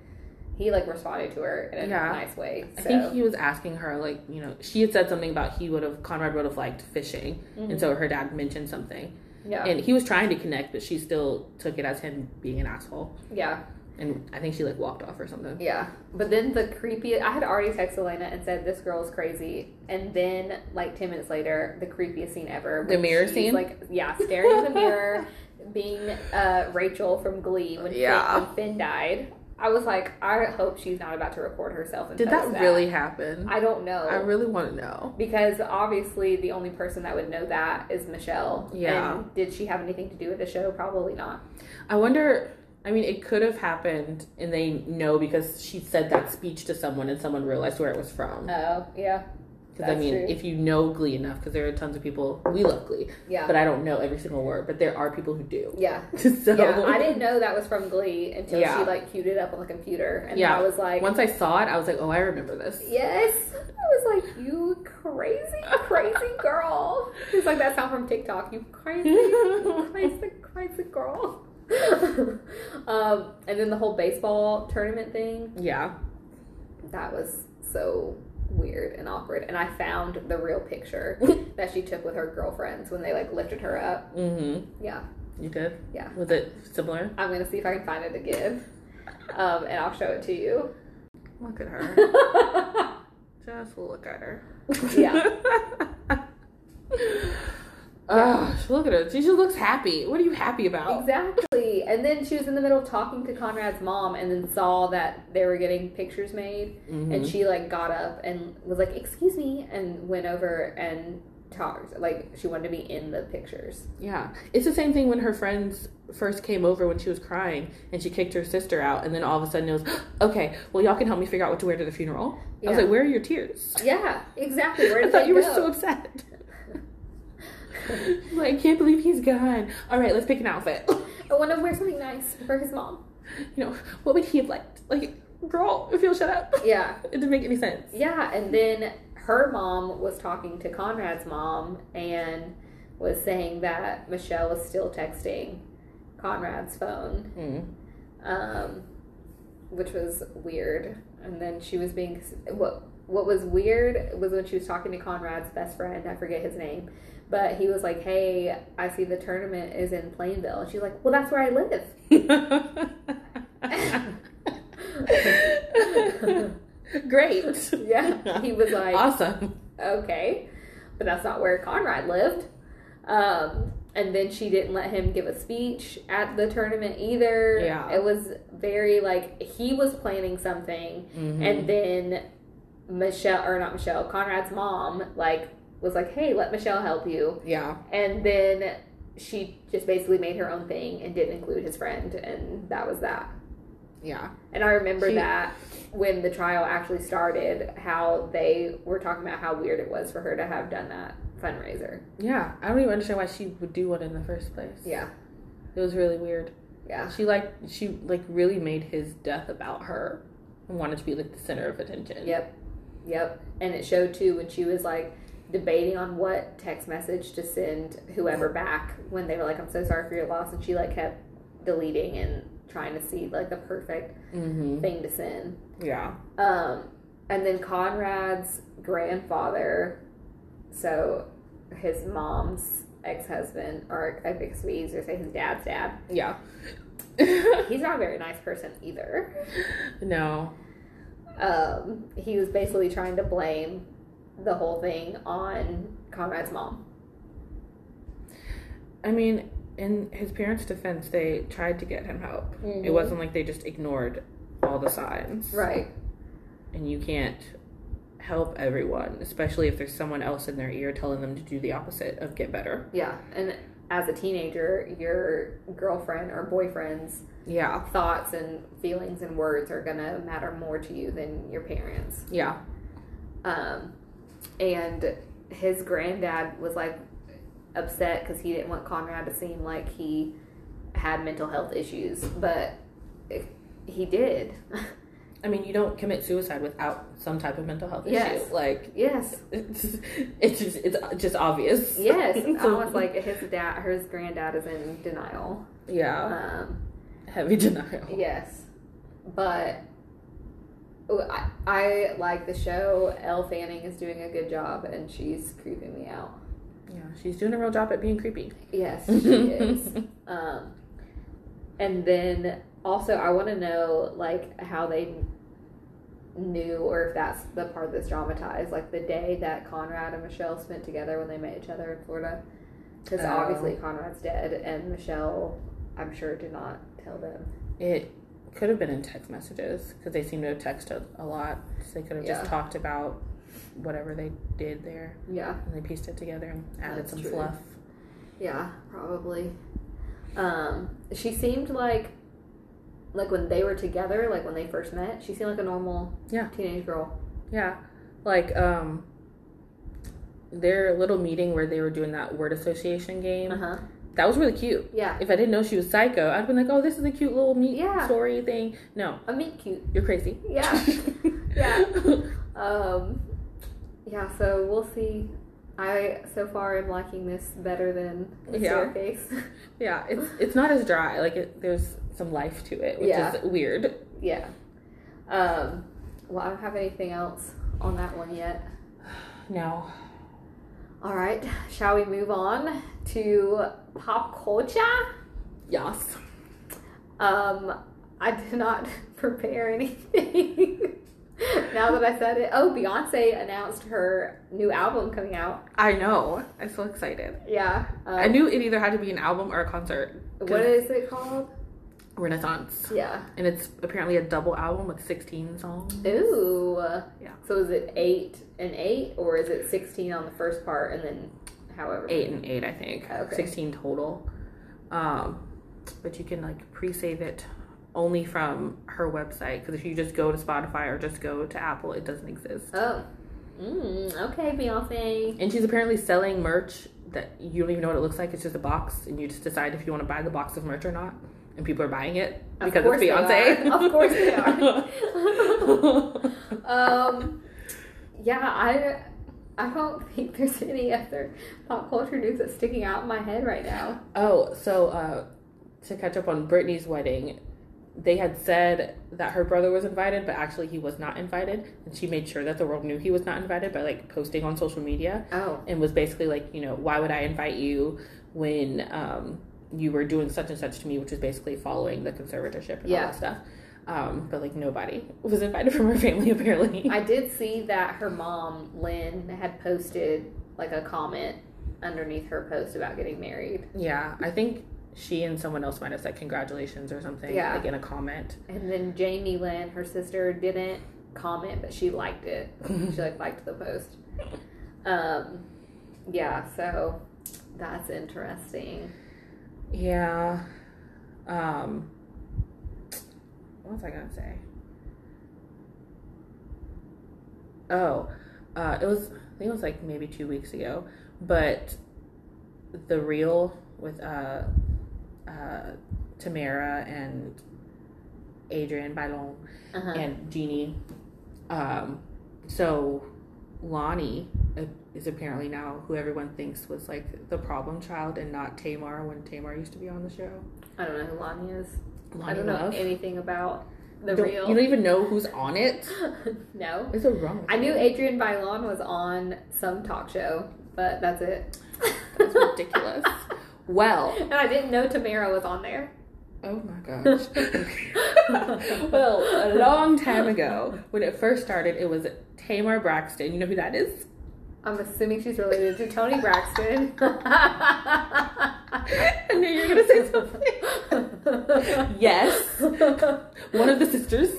Speaker 2: He like responded to her in a
Speaker 1: Yeah.
Speaker 2: nice way. So
Speaker 1: I think he was asking her, like, you know, she had said something about he would have, Conrad would have liked fishing. And so her dad mentioned something.
Speaker 2: Mm-hmm. yeah,
Speaker 1: And he was trying to connect, but she still took it as him being an asshole.
Speaker 2: yeah,
Speaker 1: And I think she, like, walked off or something.
Speaker 2: yeah. But then the creepy. I had already texted Elena and said this girl is crazy, and then like ten minutes later, the creepiest scene ever.
Speaker 1: The
Speaker 2: when
Speaker 1: mirror
Speaker 2: she's,
Speaker 1: scene?
Speaker 2: like yeah, staring in the mirror, being uh, Rachel from Glee when,
Speaker 1: Yeah.
Speaker 2: Finn, when Finn died. I was like, I hope she's not about to record herself. And
Speaker 1: Did
Speaker 2: post
Speaker 1: that really happen?
Speaker 2: I don't know.
Speaker 1: I really want to know.
Speaker 2: because obviously the only person that would know that is Michelle.
Speaker 1: Yeah.
Speaker 2: And did she have anything to do with the show? Probably not.
Speaker 1: I wonder, I mean, it could have happened and they know because she said that speech to someone and someone realized where it was from.
Speaker 2: Oh, yeah.
Speaker 1: Because, I
Speaker 2: that's
Speaker 1: mean,
Speaker 2: true.
Speaker 1: if you know Glee enough, because there are tons of people, we love Glee,
Speaker 2: Yeah.
Speaker 1: but I don't know every single word, but there are people who do.
Speaker 2: yeah.
Speaker 1: so,
Speaker 2: Yeah. I didn't know that was from Glee until
Speaker 1: Yeah.
Speaker 2: she like queued it up on the computer. And
Speaker 1: Yeah.
Speaker 2: I was like,
Speaker 1: Once I saw it, I was like, oh, I remember this.
Speaker 2: Yes. I was like, you crazy, crazy girl. It's like that sound from TikTok. You crazy, you crazy, crazy girl. um, and then the whole baseball tournament thing.
Speaker 1: Yeah.
Speaker 2: That was so weird and awkward. And I found the real picture that she took with her girlfriends when they like lifted her up.
Speaker 1: Mm
Speaker 2: Yeah,
Speaker 1: hmm. You did?
Speaker 2: Yeah.
Speaker 1: Was it similar?
Speaker 2: I'm gonna see if I can find it again, um, and I'll show it to you.
Speaker 1: Look at her. Just look at her.
Speaker 2: Yeah.
Speaker 1: Ugh, she- look at her. She just looks happy. What are you happy about?
Speaker 2: exactly. And then she was in the middle of talking to Conrad's mom, and then saw that they were getting pictures made,
Speaker 1: Mm-hmm.
Speaker 2: and she like got up and was like, "Excuse me," and went over and talked. Like she wanted to be in the pictures.
Speaker 1: Yeah. It's the same thing when her friends first came over when she was crying and she kicked her sister out, and then all of a sudden it was, okay, well, y'all can help me figure out what to wear to the funeral. I was
Speaker 2: Yeah.
Speaker 1: like, where are your tears?
Speaker 2: Yeah, exactly. Where
Speaker 1: I
Speaker 2: did
Speaker 1: thought
Speaker 2: they
Speaker 1: you were
Speaker 2: go?
Speaker 1: so upset. like, I can't believe he's gone. All right, let's pick an outfit.
Speaker 2: I want to wear something nice for his mom.
Speaker 1: You know, what would he have liked? Like, girl, if you'll shut up.
Speaker 2: Yeah,
Speaker 1: It didn't make any sense.
Speaker 2: yeah. And then her mom was talking to Conrad's mom and was saying that Michelle was still texting Conrad's phone,
Speaker 1: Mm.
Speaker 2: um, which was weird. And then she was being what what was weird was when she was talking to Conrad's best friend. I forget his name, but he was like, "Hey, I see the tournament is in Plainville," and she's like, "Well, that's where I live."
Speaker 1: Great.
Speaker 2: Yeah, he was like,
Speaker 1: awesome.
Speaker 2: okay, but that's not where Conrad lived. Um, and then she didn't let him give a speech at the tournament either.
Speaker 1: Yeah.
Speaker 2: It was very like he was planning something,
Speaker 1: Mm-hmm.
Speaker 2: and then Michelle, or not Michelle, Conrad's mom, like, was like, hey, let Michelle help you.
Speaker 1: yeah.
Speaker 2: And then she just basically made her own thing and didn't include his friend, and that was that.
Speaker 1: Yeah.
Speaker 2: And I remember
Speaker 1: She-
Speaker 2: that when the trial actually started, how they were talking about how weird it was for her to have done that fundraiser.
Speaker 1: Yeah. I don't even understand why she would do one in the first place.
Speaker 2: Yeah.
Speaker 1: It was really weird.
Speaker 2: Yeah.
Speaker 1: She like she like really made his death about her and wanted to be like the center of attention.
Speaker 2: Yep. Yep. And it showed too when she was like debating on what text message to send whoever back when they were like, I'm so sorry for your loss. And she like kept deleting and trying to see like the perfect
Speaker 1: Mm-hmm.
Speaker 2: thing to send.
Speaker 1: Yeah.
Speaker 2: Um, and then Conrad's grandfather, so his mom's ex husband, or I think it's easier to say his dad's dad.
Speaker 1: Yeah.
Speaker 2: He's not a very nice person either.
Speaker 1: no.
Speaker 2: Um, he was basically trying to blame the whole thing on Conrad's mom.
Speaker 1: I mean, in his parents' defense, they tried to get him help. It wasn't like they just ignored all the signs.
Speaker 2: right.
Speaker 1: And you can't help everyone, especially if there's someone else in their ear telling them to do the opposite of get better.
Speaker 2: Yeah, and as a teenager, your girlfriend or boyfriend's
Speaker 1: Yeah.
Speaker 2: thoughts and feelings and words are gonna matter more to you than your parents.
Speaker 1: Yeah.
Speaker 2: Um, and his granddad was like upset because he didn't want Conrad to seem like he had mental health issues, but it, he did.
Speaker 1: I mean, you don't commit suicide without some type of mental health
Speaker 2: Yes.
Speaker 1: issue. Like,
Speaker 2: yes,
Speaker 1: it's just, it's just, it's just obvious.
Speaker 2: yes. I was like, his dad, his granddad is in denial.
Speaker 1: yeah,
Speaker 2: Um,
Speaker 1: heavy denial.
Speaker 2: yes, but. oh, I, I like the show. Elle Fanning is doing a good job, and she's creeping me out.
Speaker 1: Yeah, she's doing a real job at being creepy.
Speaker 2: Yes, she is. Um, and then also, I want to know like how they knew, or if that's the part that's dramatized, like the day that Conrad and Michelle spent together when they met each other in Florida, because
Speaker 1: Oh.
Speaker 2: obviously Conrad's dead, and Michelle, I'm sure, did not tell them.
Speaker 1: It could have been in text messages because they seem to have texted a lot. So they could have
Speaker 2: Yeah.
Speaker 1: just talked about whatever they did there
Speaker 2: Yeah,
Speaker 1: and they pieced it together and added
Speaker 2: That's
Speaker 1: some
Speaker 2: true.
Speaker 1: fluff.
Speaker 2: yeah, probably. Um, she seemed like. Like when they were together, like when they first met, she seemed like a normal
Speaker 1: Yeah.
Speaker 2: teenage girl.
Speaker 1: Yeah, like um, their little meeting where they were doing that word association game.
Speaker 2: Uh huh.
Speaker 1: That was really cute.
Speaker 2: Yeah.
Speaker 1: If I didn't know she was psycho, I'd been like, "Oh, this is a cute little meet
Speaker 2: Yeah.
Speaker 1: story thing." No,
Speaker 2: A meat cute.
Speaker 1: you're crazy.
Speaker 2: Yeah. Yeah. Um, yeah, so we'll see. I so far am liking this better than the
Speaker 1: Yeah.
Speaker 2: staircase.
Speaker 1: Yeah, it's it's not as dry. Like it, there's some life to it, which
Speaker 2: Yeah.
Speaker 1: is weird.
Speaker 2: yeah. Um, well, I don't have anything else on that one yet.
Speaker 1: No.
Speaker 2: All right, shall we move on to pop culture?
Speaker 1: Yes.
Speaker 2: Um, I did not prepare anything. now that I said it, oh, Beyonce announced her new album coming out.
Speaker 1: I know. I'm so excited.
Speaker 2: Yeah. Um,
Speaker 1: I knew it either had to be an album or a concert.
Speaker 2: What is it called?
Speaker 1: Renaissance.
Speaker 2: Yeah.
Speaker 1: And it's apparently a double album with 16 songs.
Speaker 2: Ooh.
Speaker 1: Yeah.
Speaker 2: So is it eight and eight, or is it sixteen on the first part and then however?
Speaker 1: Eight and eight, I think.
Speaker 2: Okay.
Speaker 1: 16 total. Um, but you can like pre-save it only from her website because if you just go to Spotify or just go to Apple, it doesn't exist.
Speaker 2: Oh. Mm, okay, Beyonce.
Speaker 1: And she's apparently selling merch that you don't even know what it looks like. It's just a box, and you just decide if you want to buy the box of merch or not. And people are buying it
Speaker 2: Of
Speaker 1: because
Speaker 2: course
Speaker 1: it's
Speaker 2: they
Speaker 1: Beyonce.
Speaker 2: are. Of course they are. um. Yeah, I. I don't think there's any other pop culture news that's sticking out in my head right now.
Speaker 1: Oh, so uh, to catch up on Brittany's wedding, they had said that her brother was invited, but actually he was not invited, and she made sure that the world knew he was not invited by like posting on social media,
Speaker 2: Oh,
Speaker 1: and was basically like, you know, why would I invite you when um, you were doing such and such to me, which was basically following the conservatorship and all
Speaker 2: Yeah.
Speaker 1: that stuff. Um, but like nobody was invited from her family apparently.
Speaker 2: I did see that her mom Lynn had posted like a comment underneath her post about getting married,
Speaker 1: yeah, I think she and someone else might have said congratulations or something
Speaker 2: Yeah.
Speaker 1: like in a comment.
Speaker 2: and then Jamie Lynn, her sister, didn't comment, but she liked it. she like liked the post. Um, yeah, so that's interesting.
Speaker 1: Yeah. Um what was I gonna say? Oh, uh it was I think it was like maybe two weeks ago, but the reel with uh uh Tamara and Adrian Bailon
Speaker 2: Uh-huh.
Speaker 1: and Jeannie. Um, so Lonnie uh, is apparently now who everyone thinks was like the problem child and not Tamar when Tamar used to be on the show.
Speaker 2: I don't know who Lonnie is.
Speaker 1: Lonnie
Speaker 2: I don't know
Speaker 1: Love.
Speaker 2: anything about the
Speaker 1: Don't-
Speaker 2: real.
Speaker 1: You don't even know who's on it.
Speaker 2: no.
Speaker 1: It's a wrong.
Speaker 2: I knew Adrian Bailon was on some talk show, but that's it.
Speaker 1: That's ridiculous. Well,
Speaker 2: And I didn't know Tamara was on there.
Speaker 1: oh my gosh. well, a long time ago, when it first started, it was Tamar Braxton. You know who that is?
Speaker 2: I'm assuming she's related to Tony Braxton.
Speaker 1: I knew you were gonna say something. yes. one of the sisters.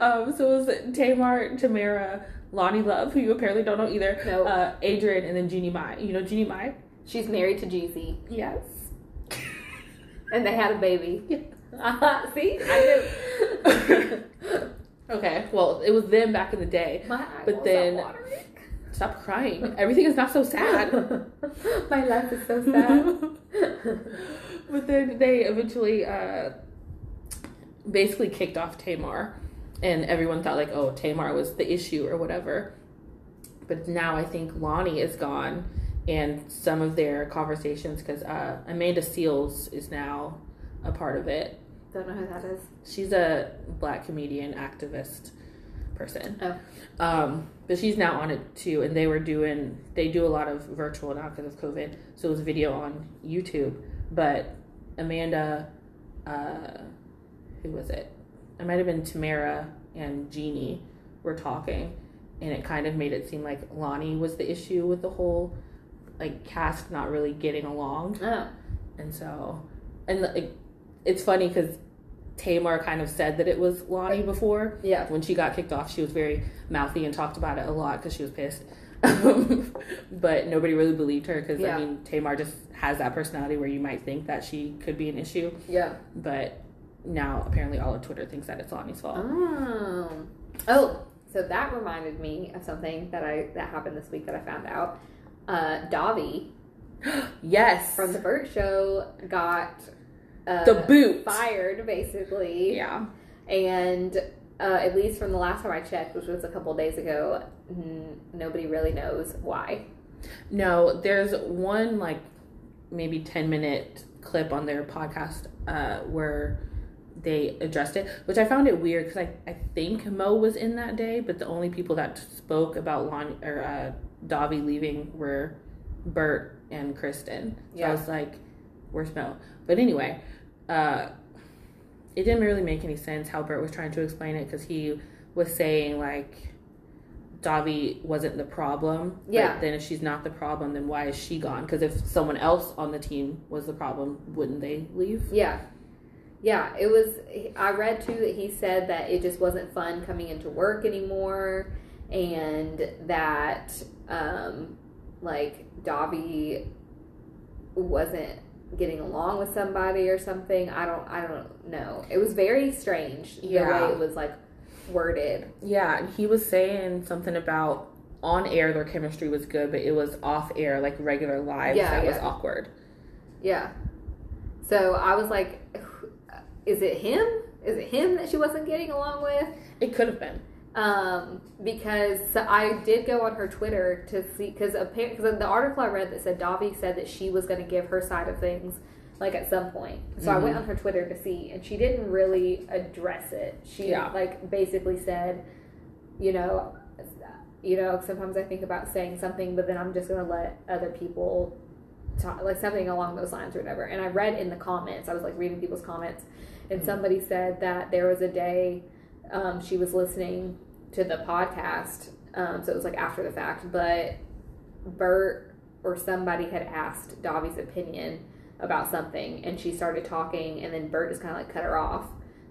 Speaker 1: Um, so it was Tamar, Tamara, Lonnie Love, who you apparently don't know either.
Speaker 2: No.
Speaker 1: Uh, Adrian, and then Jeannie Mai. You know Jeannie Mai?
Speaker 2: She's married to Jeezy,
Speaker 1: Yes.
Speaker 2: and they had a baby. See, I knew.
Speaker 1: Okay. Well, it was them back in the day.
Speaker 2: My eyeballs
Speaker 1: But then-
Speaker 2: are watering.
Speaker 1: Stop crying. Everything is not so sad.
Speaker 2: My life is so sad.
Speaker 1: but then they eventually uh, basically kicked off Tamar, and everyone thought like, oh, Tamar was the issue or whatever. But now I think Lonnie is gone, and some of their conversations because uh, Amanda Seals is now a part of it.
Speaker 2: Don't know who that is.
Speaker 1: She's a black comedian activist person.
Speaker 2: Oh.
Speaker 1: Um, but she's now on it too, and they were doing they do a lot of virtual now because of COVID. So it was video on YouTube. But Amanda, uh, who was it? It might have been Tamara and Jeannie were talking, and it kind of made it seem like Lonnie was the issue with the whole like cast not really getting along.
Speaker 2: Oh.
Speaker 1: And so, and like, it's funny because Tamar kind of said that it was Lonnie before.
Speaker 2: Yeah.
Speaker 1: When she got kicked off, she was very mouthy and talked about it a lot because she was pissed. but nobody really believed her because
Speaker 2: Yeah.
Speaker 1: I mean, Tamar just has that personality where you might think that she could be an issue,
Speaker 2: Yeah.
Speaker 1: but now apparently all of Twitter thinks that it's Lonnie's fault.
Speaker 2: Oh. Oh, so that reminded me of something that I that happened this week that I found out. Uh, Davi
Speaker 1: Yes,
Speaker 2: from the Burt Show got uh,
Speaker 1: the boot.
Speaker 2: fired basically,
Speaker 1: Yeah,
Speaker 2: and uh, at least from the last time I checked, which was a couple days ago, n- nobody really knows why.
Speaker 1: no, there's one like maybe 10 minute clip on their podcast uh, where they addressed it, which I found it weird because I, I think Mo was in that day, but the only people that spoke about Lon or uh, Davi leaving were Bert and Kristen. So I
Speaker 2: Yeah.
Speaker 1: was like, where's Mo? But anyway, uh, it didn't really make any sense how Bert was trying to explain it because he was saying like Davi wasn't the problem. but
Speaker 2: Yeah.
Speaker 1: then if she's not the problem, then why is she gone? Because if someone else on the team was the problem, wouldn't they leave?
Speaker 2: Yeah. Yeah, it was. I read too that he said that it just wasn't fun coming into work anymore, and that um, like Dobby wasn't getting along with somebody or something. I don't. I don't know. It was very strange the
Speaker 1: Yeah.
Speaker 2: way it was like worded.
Speaker 1: Yeah, and he was saying something about on air their chemistry was good, but it was off air, like regular lives,
Speaker 2: Yeah,
Speaker 1: that was
Speaker 2: yeah.
Speaker 1: awkward.
Speaker 2: Yeah. So I was like, is it him? Is it him that she wasn't getting along with?
Speaker 1: It could have been.
Speaker 2: um, because I did go on her Twitter to see because apparently because the article I read that said Davi said that she was going to give her side of things like at some point. So I went on her Twitter to see, and she didn't really address it. She
Speaker 1: Yeah.
Speaker 2: like basically said, you know, you know, sometimes I think about saying something, but then I'm just going to let other people talk, like something along those lines or whatever. And I read in the comments, I was like reading people's comments, and
Speaker 1: Mhm.
Speaker 2: somebody said that there was a day um, she was listening to the podcast, um, so it was like after the fact, but Bert or somebody had asked Davi's opinion about something, and she started talking, and then Bert just kind of like cut her off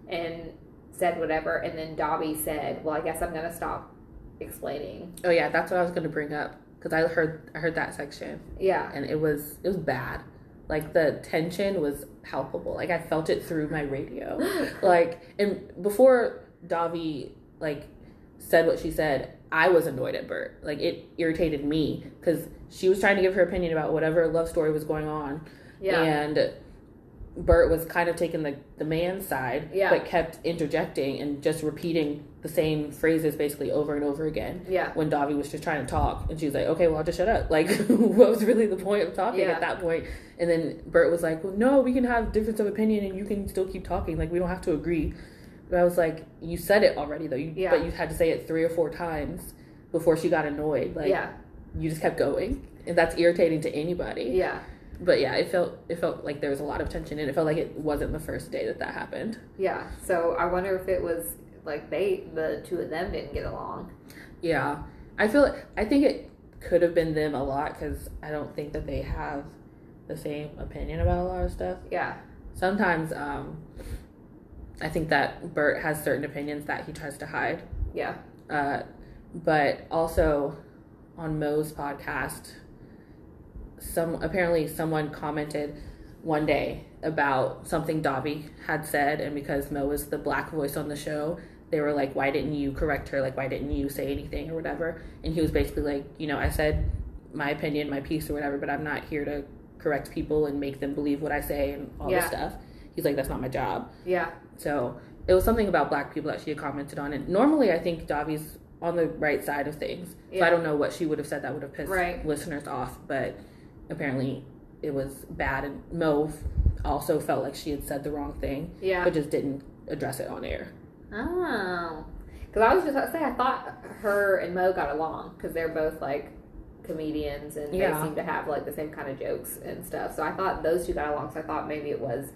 Speaker 2: and said whatever, and then Davi said, "Well, I guess I'm gonna stop explaining."
Speaker 1: Oh yeah, that's what I was gonna bring up because I heard I heard that section
Speaker 2: Yeah,
Speaker 1: and it was it was bad. Like the tension was palpable. Like I felt it through my radio. like and before Davi like said what she said, I was annoyed at Bert. Like it irritated me because she was trying to give her opinion about whatever love story was going on,
Speaker 2: yeah,
Speaker 1: and Bert was kind of taking the the man's side,
Speaker 2: Yeah.
Speaker 1: but kept interjecting and just repeating the same phrases basically over and over again
Speaker 2: yeah,
Speaker 1: when Davi was just trying to talk, and she was like, "Okay, well, I'll just shut up." Like, what was really the point of talking
Speaker 2: Yeah.
Speaker 1: at that point? And then Bert was like, "Well, no, we can have difference of opinion, and you can still keep talking. Like, we don't have to agree." But I was like, "You said it already, though. You,
Speaker 2: Yeah.
Speaker 1: But you had to say it three or four times before she got annoyed. Like,
Speaker 2: yeah,
Speaker 1: you just kept going, and that's irritating to anybody.
Speaker 2: yeah,
Speaker 1: But yeah, it felt it felt like there was a lot of tension, and it felt like it wasn't the first day that that happened.
Speaker 2: yeah. So I wonder if it was like they, the two of them, didn't get along.
Speaker 1: Yeah, I feel. I think it could have been them a lot because I don't think that they have the same opinion about a lot of stuff.
Speaker 2: Yeah,
Speaker 1: Sometimes, um, I think that Bert has certain opinions that he tries to hide.
Speaker 2: yeah,
Speaker 1: Uh, but also on Mo's podcast, some apparently someone commented one day about something Dobby had said, and because Mo was the black voice on the show, they were like, "Why didn't you correct her? Like, why didn't you say anything or whatever?" And he was basically like, "You know, I said my opinion, my piece or whatever, but I'm not here to correct people and make them believe what I say and all
Speaker 2: Yeah.
Speaker 1: this stuff." He's like, "That's not my job."
Speaker 2: yeah,
Speaker 1: So it was something about black people that she had commented on. And normally I think Davi's on the right side of things. So
Speaker 2: Yeah.
Speaker 1: I don't know what she would have said that would have pissed
Speaker 2: Right.
Speaker 1: listeners off, but apparently it was bad. And Mo also felt like she had said the wrong thing,
Speaker 2: yeah.
Speaker 1: but just didn't address it on air.
Speaker 2: Oh, because I was just about to say I thought her and Mo got along because they're both like comedians and they
Speaker 1: Yeah.
Speaker 2: seem to have like the same kind of jokes and stuff. So I thought those two got along. So I thought maybe it was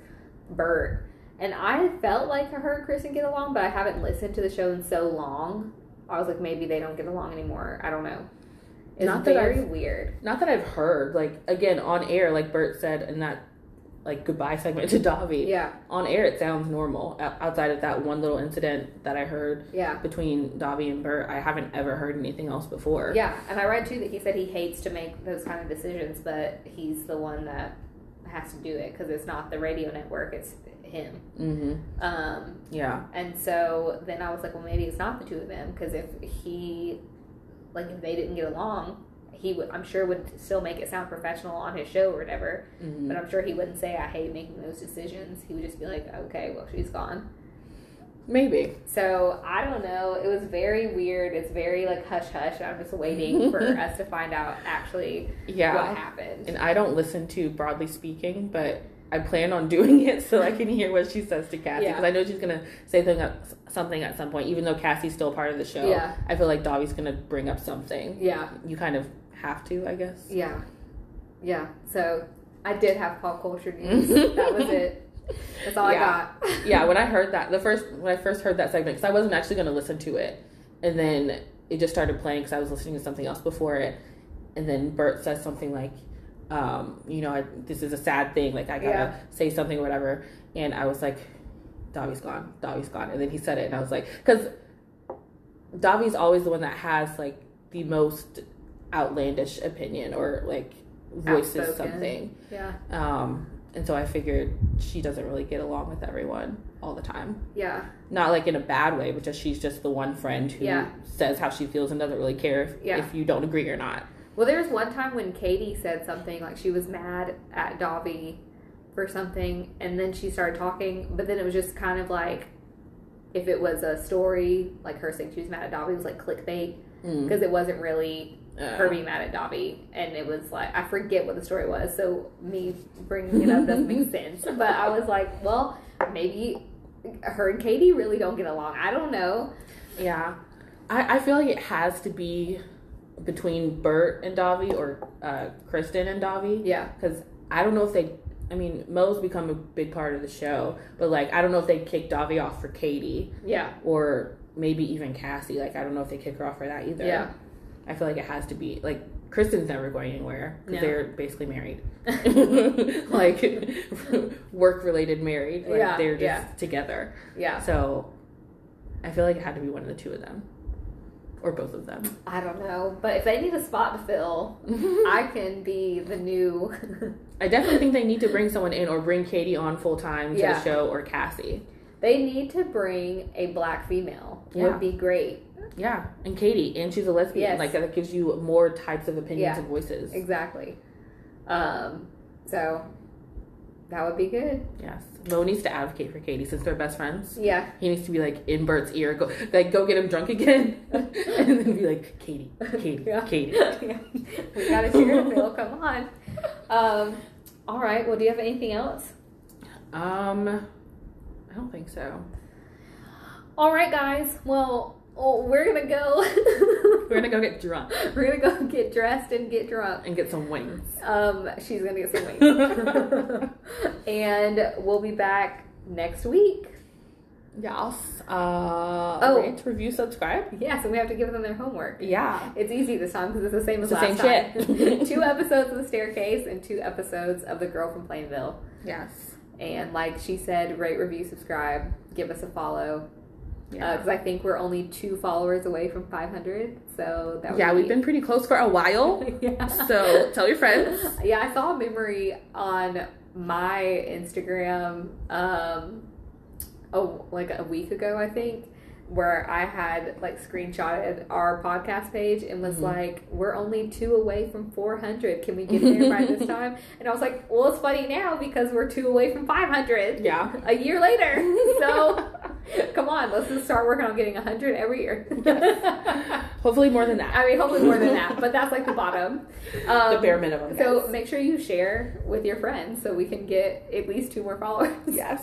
Speaker 2: Bert. And I felt like her and Kristen get along, but I haven't listened to the show in so long. I was like, maybe they don't get along anymore. I don't know. It's
Speaker 1: Not that
Speaker 2: very weird.
Speaker 1: Not that I've heard, like, again, on air, like Bert said in that, like, goodbye segment to Davi,
Speaker 2: Yeah,
Speaker 1: on air it sounds normal. O- Outside of that one little incident that I heard
Speaker 2: yeah,
Speaker 1: between Davi and Bert, I haven't ever heard anything else before.
Speaker 2: yeah. And I read too that he said he hates to make those kind of decisions, but he's the one that has to do it because it's not the radio network; it's him.
Speaker 1: hmm
Speaker 2: Um,
Speaker 1: Yeah.
Speaker 2: and so then I was like, well, maybe it's not the two of them because if he, like, if they didn't get along, he would, I'm sure, would still make it sound professional on his show or whatever.
Speaker 1: Mhm.
Speaker 2: But I'm sure he wouldn't say, I hate making those decisions. He would just be like, okay, well, she's gone.
Speaker 1: Maybe.
Speaker 2: So I don't know. It was very weird. It's very like hush hush. I'm just waiting for us to find out actually what
Speaker 1: Yeah.
Speaker 2: happened.
Speaker 1: And I don't listen to broadly speaking, but I plan on doing it so I can hear what she says to Cassie
Speaker 2: Yeah.
Speaker 1: because I know she's gonna say something at, something at some point. Even though Cassie's still part of the show,
Speaker 2: Yeah.
Speaker 1: I feel like Dobby's gonna bring up something.
Speaker 2: Yeah.
Speaker 1: You kind of have to, I guess.
Speaker 2: Yeah. Yeah. So I did have pop culture news. that was it. That's all
Speaker 1: Yeah.
Speaker 2: I got.
Speaker 1: yeah. When I heard that the first when I first heard that segment, because I wasn't actually gonna listen to it, and then it just started playing because I was listening to something else before it, and then Bert says something like, um, you know, I, this is a sad thing. Like I gotta
Speaker 2: Yeah.
Speaker 1: say something or whatever. And I was like, Davi's gone. Davi's gone. And then he said it, and I was like, because Davi's always the one that has like the most outlandish opinion or like voices
Speaker 2: Outspoken.
Speaker 1: something.
Speaker 2: Yeah.
Speaker 1: Um, and so I figured she doesn't really get along with everyone all the time.
Speaker 2: Yeah.
Speaker 1: Not like in a bad way, but just she's just the one friend who
Speaker 2: Yeah.
Speaker 1: says how she feels and doesn't really care if,
Speaker 2: Yeah.
Speaker 1: if you don't agree or not.
Speaker 2: Well, there was one time when Katie said something like she was mad at Dobby for something, and then she started talking, but then it was just kind of like if it was a story like her saying she was mad at Dobby, it was like clickbait
Speaker 1: Mm.
Speaker 2: because it wasn't really her
Speaker 1: Um,
Speaker 2: being mad at Dobby, and it was like I forget what the story was, so me bringing it up doesn't make sense. But I was like, well, maybe her and Katie really don't get along. I don't know.
Speaker 1: Yeah. I, I feel like it has to be between Bert and Davi or uh, Kristen and Davi.
Speaker 2: Yeah,
Speaker 1: Because I don't know if they, I mean, Mo's become a big part of the show, but like, I don't know if they kicked Davi off for Katie
Speaker 2: yeah,
Speaker 1: or maybe even Cassie. Like, I don't know if they kick her off for that either.
Speaker 2: yeah.
Speaker 1: I feel like it has to be, like, Kristen's never going anywhere because
Speaker 2: No.
Speaker 1: they're basically married. like, work related married. Like,
Speaker 2: Yeah,
Speaker 1: they're just
Speaker 2: yeah.
Speaker 1: together.
Speaker 2: Yeah,
Speaker 1: So I feel like it had to be one of the two of them or both of them.
Speaker 2: I don't know, but if they need a spot to fill, I can be the new.
Speaker 1: I definitely think they need to bring someone in or bring Katie on full time to
Speaker 2: Yeah.
Speaker 1: the show or Cassie.
Speaker 2: they need to bring a black female.
Speaker 1: Yeah.
Speaker 2: Would be great.
Speaker 1: Yeah, and Katie, and she's a lesbian.
Speaker 2: Yes.
Speaker 1: Like that gives you more types of opinions
Speaker 2: Yeah.
Speaker 1: and voices.
Speaker 2: Exactly. Um. So that would be good.
Speaker 1: Yes, Mo needs to advocate for Katie since they're best friends.
Speaker 2: Yeah.
Speaker 1: He needs to be like in Bert's ear, go like go get him drunk again, and then be like Katie, Katie,
Speaker 2: Yeah.
Speaker 1: Katie.
Speaker 2: Yeah. we got a sugar pill. Come on. Um. All right. Well, do you have anything else?
Speaker 1: Um, I don't think so.
Speaker 2: All right, guys. Well, oh, we're gonna go.
Speaker 1: We're gonna go get drunk
Speaker 2: we're gonna go get dressed and get drunk.
Speaker 1: and get some wings.
Speaker 2: Um, she's gonna get some wings, and we'll be back next week.
Speaker 1: Yes. Uh,
Speaker 2: Oh.
Speaker 1: rate, review, subscribe.
Speaker 2: Yes, and we have to give them their homework.
Speaker 1: Yeah.
Speaker 2: It's easy this time because it's the same as
Speaker 1: It's the
Speaker 2: last
Speaker 1: same
Speaker 2: time.
Speaker 1: shit.
Speaker 2: two episodes of the staircase and two episodes of the girl from Plainville.
Speaker 1: Yes.
Speaker 2: And like she said, rate, review, subscribe, give us a follow.
Speaker 1: Yeah.
Speaker 2: Because Uh, I think we're only two followers away from 500. So that would
Speaker 1: yeah,
Speaker 2: be-
Speaker 1: we've been pretty close for a while.
Speaker 2: yeah.
Speaker 1: So tell your friends.
Speaker 2: yeah, I saw a memory on my Instagram, um, oh, like a week ago, I think, where I had like screenshotted our podcast page and was
Speaker 1: Mhm.
Speaker 2: like, "We're only two away from 400. Can we get there by this time?" And I was like, "Well, it's funny now because we're two away from 500
Speaker 1: Yeah.
Speaker 2: a year later." So, come on, let's just start working on getting 100 every year.
Speaker 1: Hopefully more than that.
Speaker 2: I mean, hopefully more than that, but that's like the bottom. Um,
Speaker 1: the bare minimum.
Speaker 2: so
Speaker 1: guys.
Speaker 2: make sure you share with your friends so we can get at least two more followers.
Speaker 1: yes.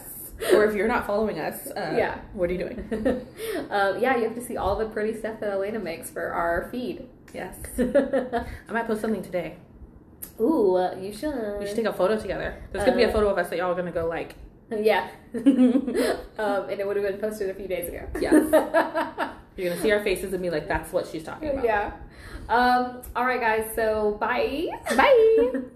Speaker 1: Or if you're not following us, uh,
Speaker 2: Yeah.
Speaker 1: What are you doing?
Speaker 2: um, yeah, you have to see all the pretty stuff that Elena makes for our feed.
Speaker 1: Yes. I might post something today.
Speaker 2: Ooh, uh, you should.
Speaker 1: We should take a photo together. There's gonna be a
Speaker 2: Uh,
Speaker 1: photo of us that y'all are gonna go like.
Speaker 2: yeah,
Speaker 1: you're
Speaker 2: um, and it would have been posted a few days ago.
Speaker 1: Yes. gonna see our faces and be like, "That's what she's talking about."
Speaker 2: yeah. Um, all right, guys. So bye.
Speaker 1: Bye.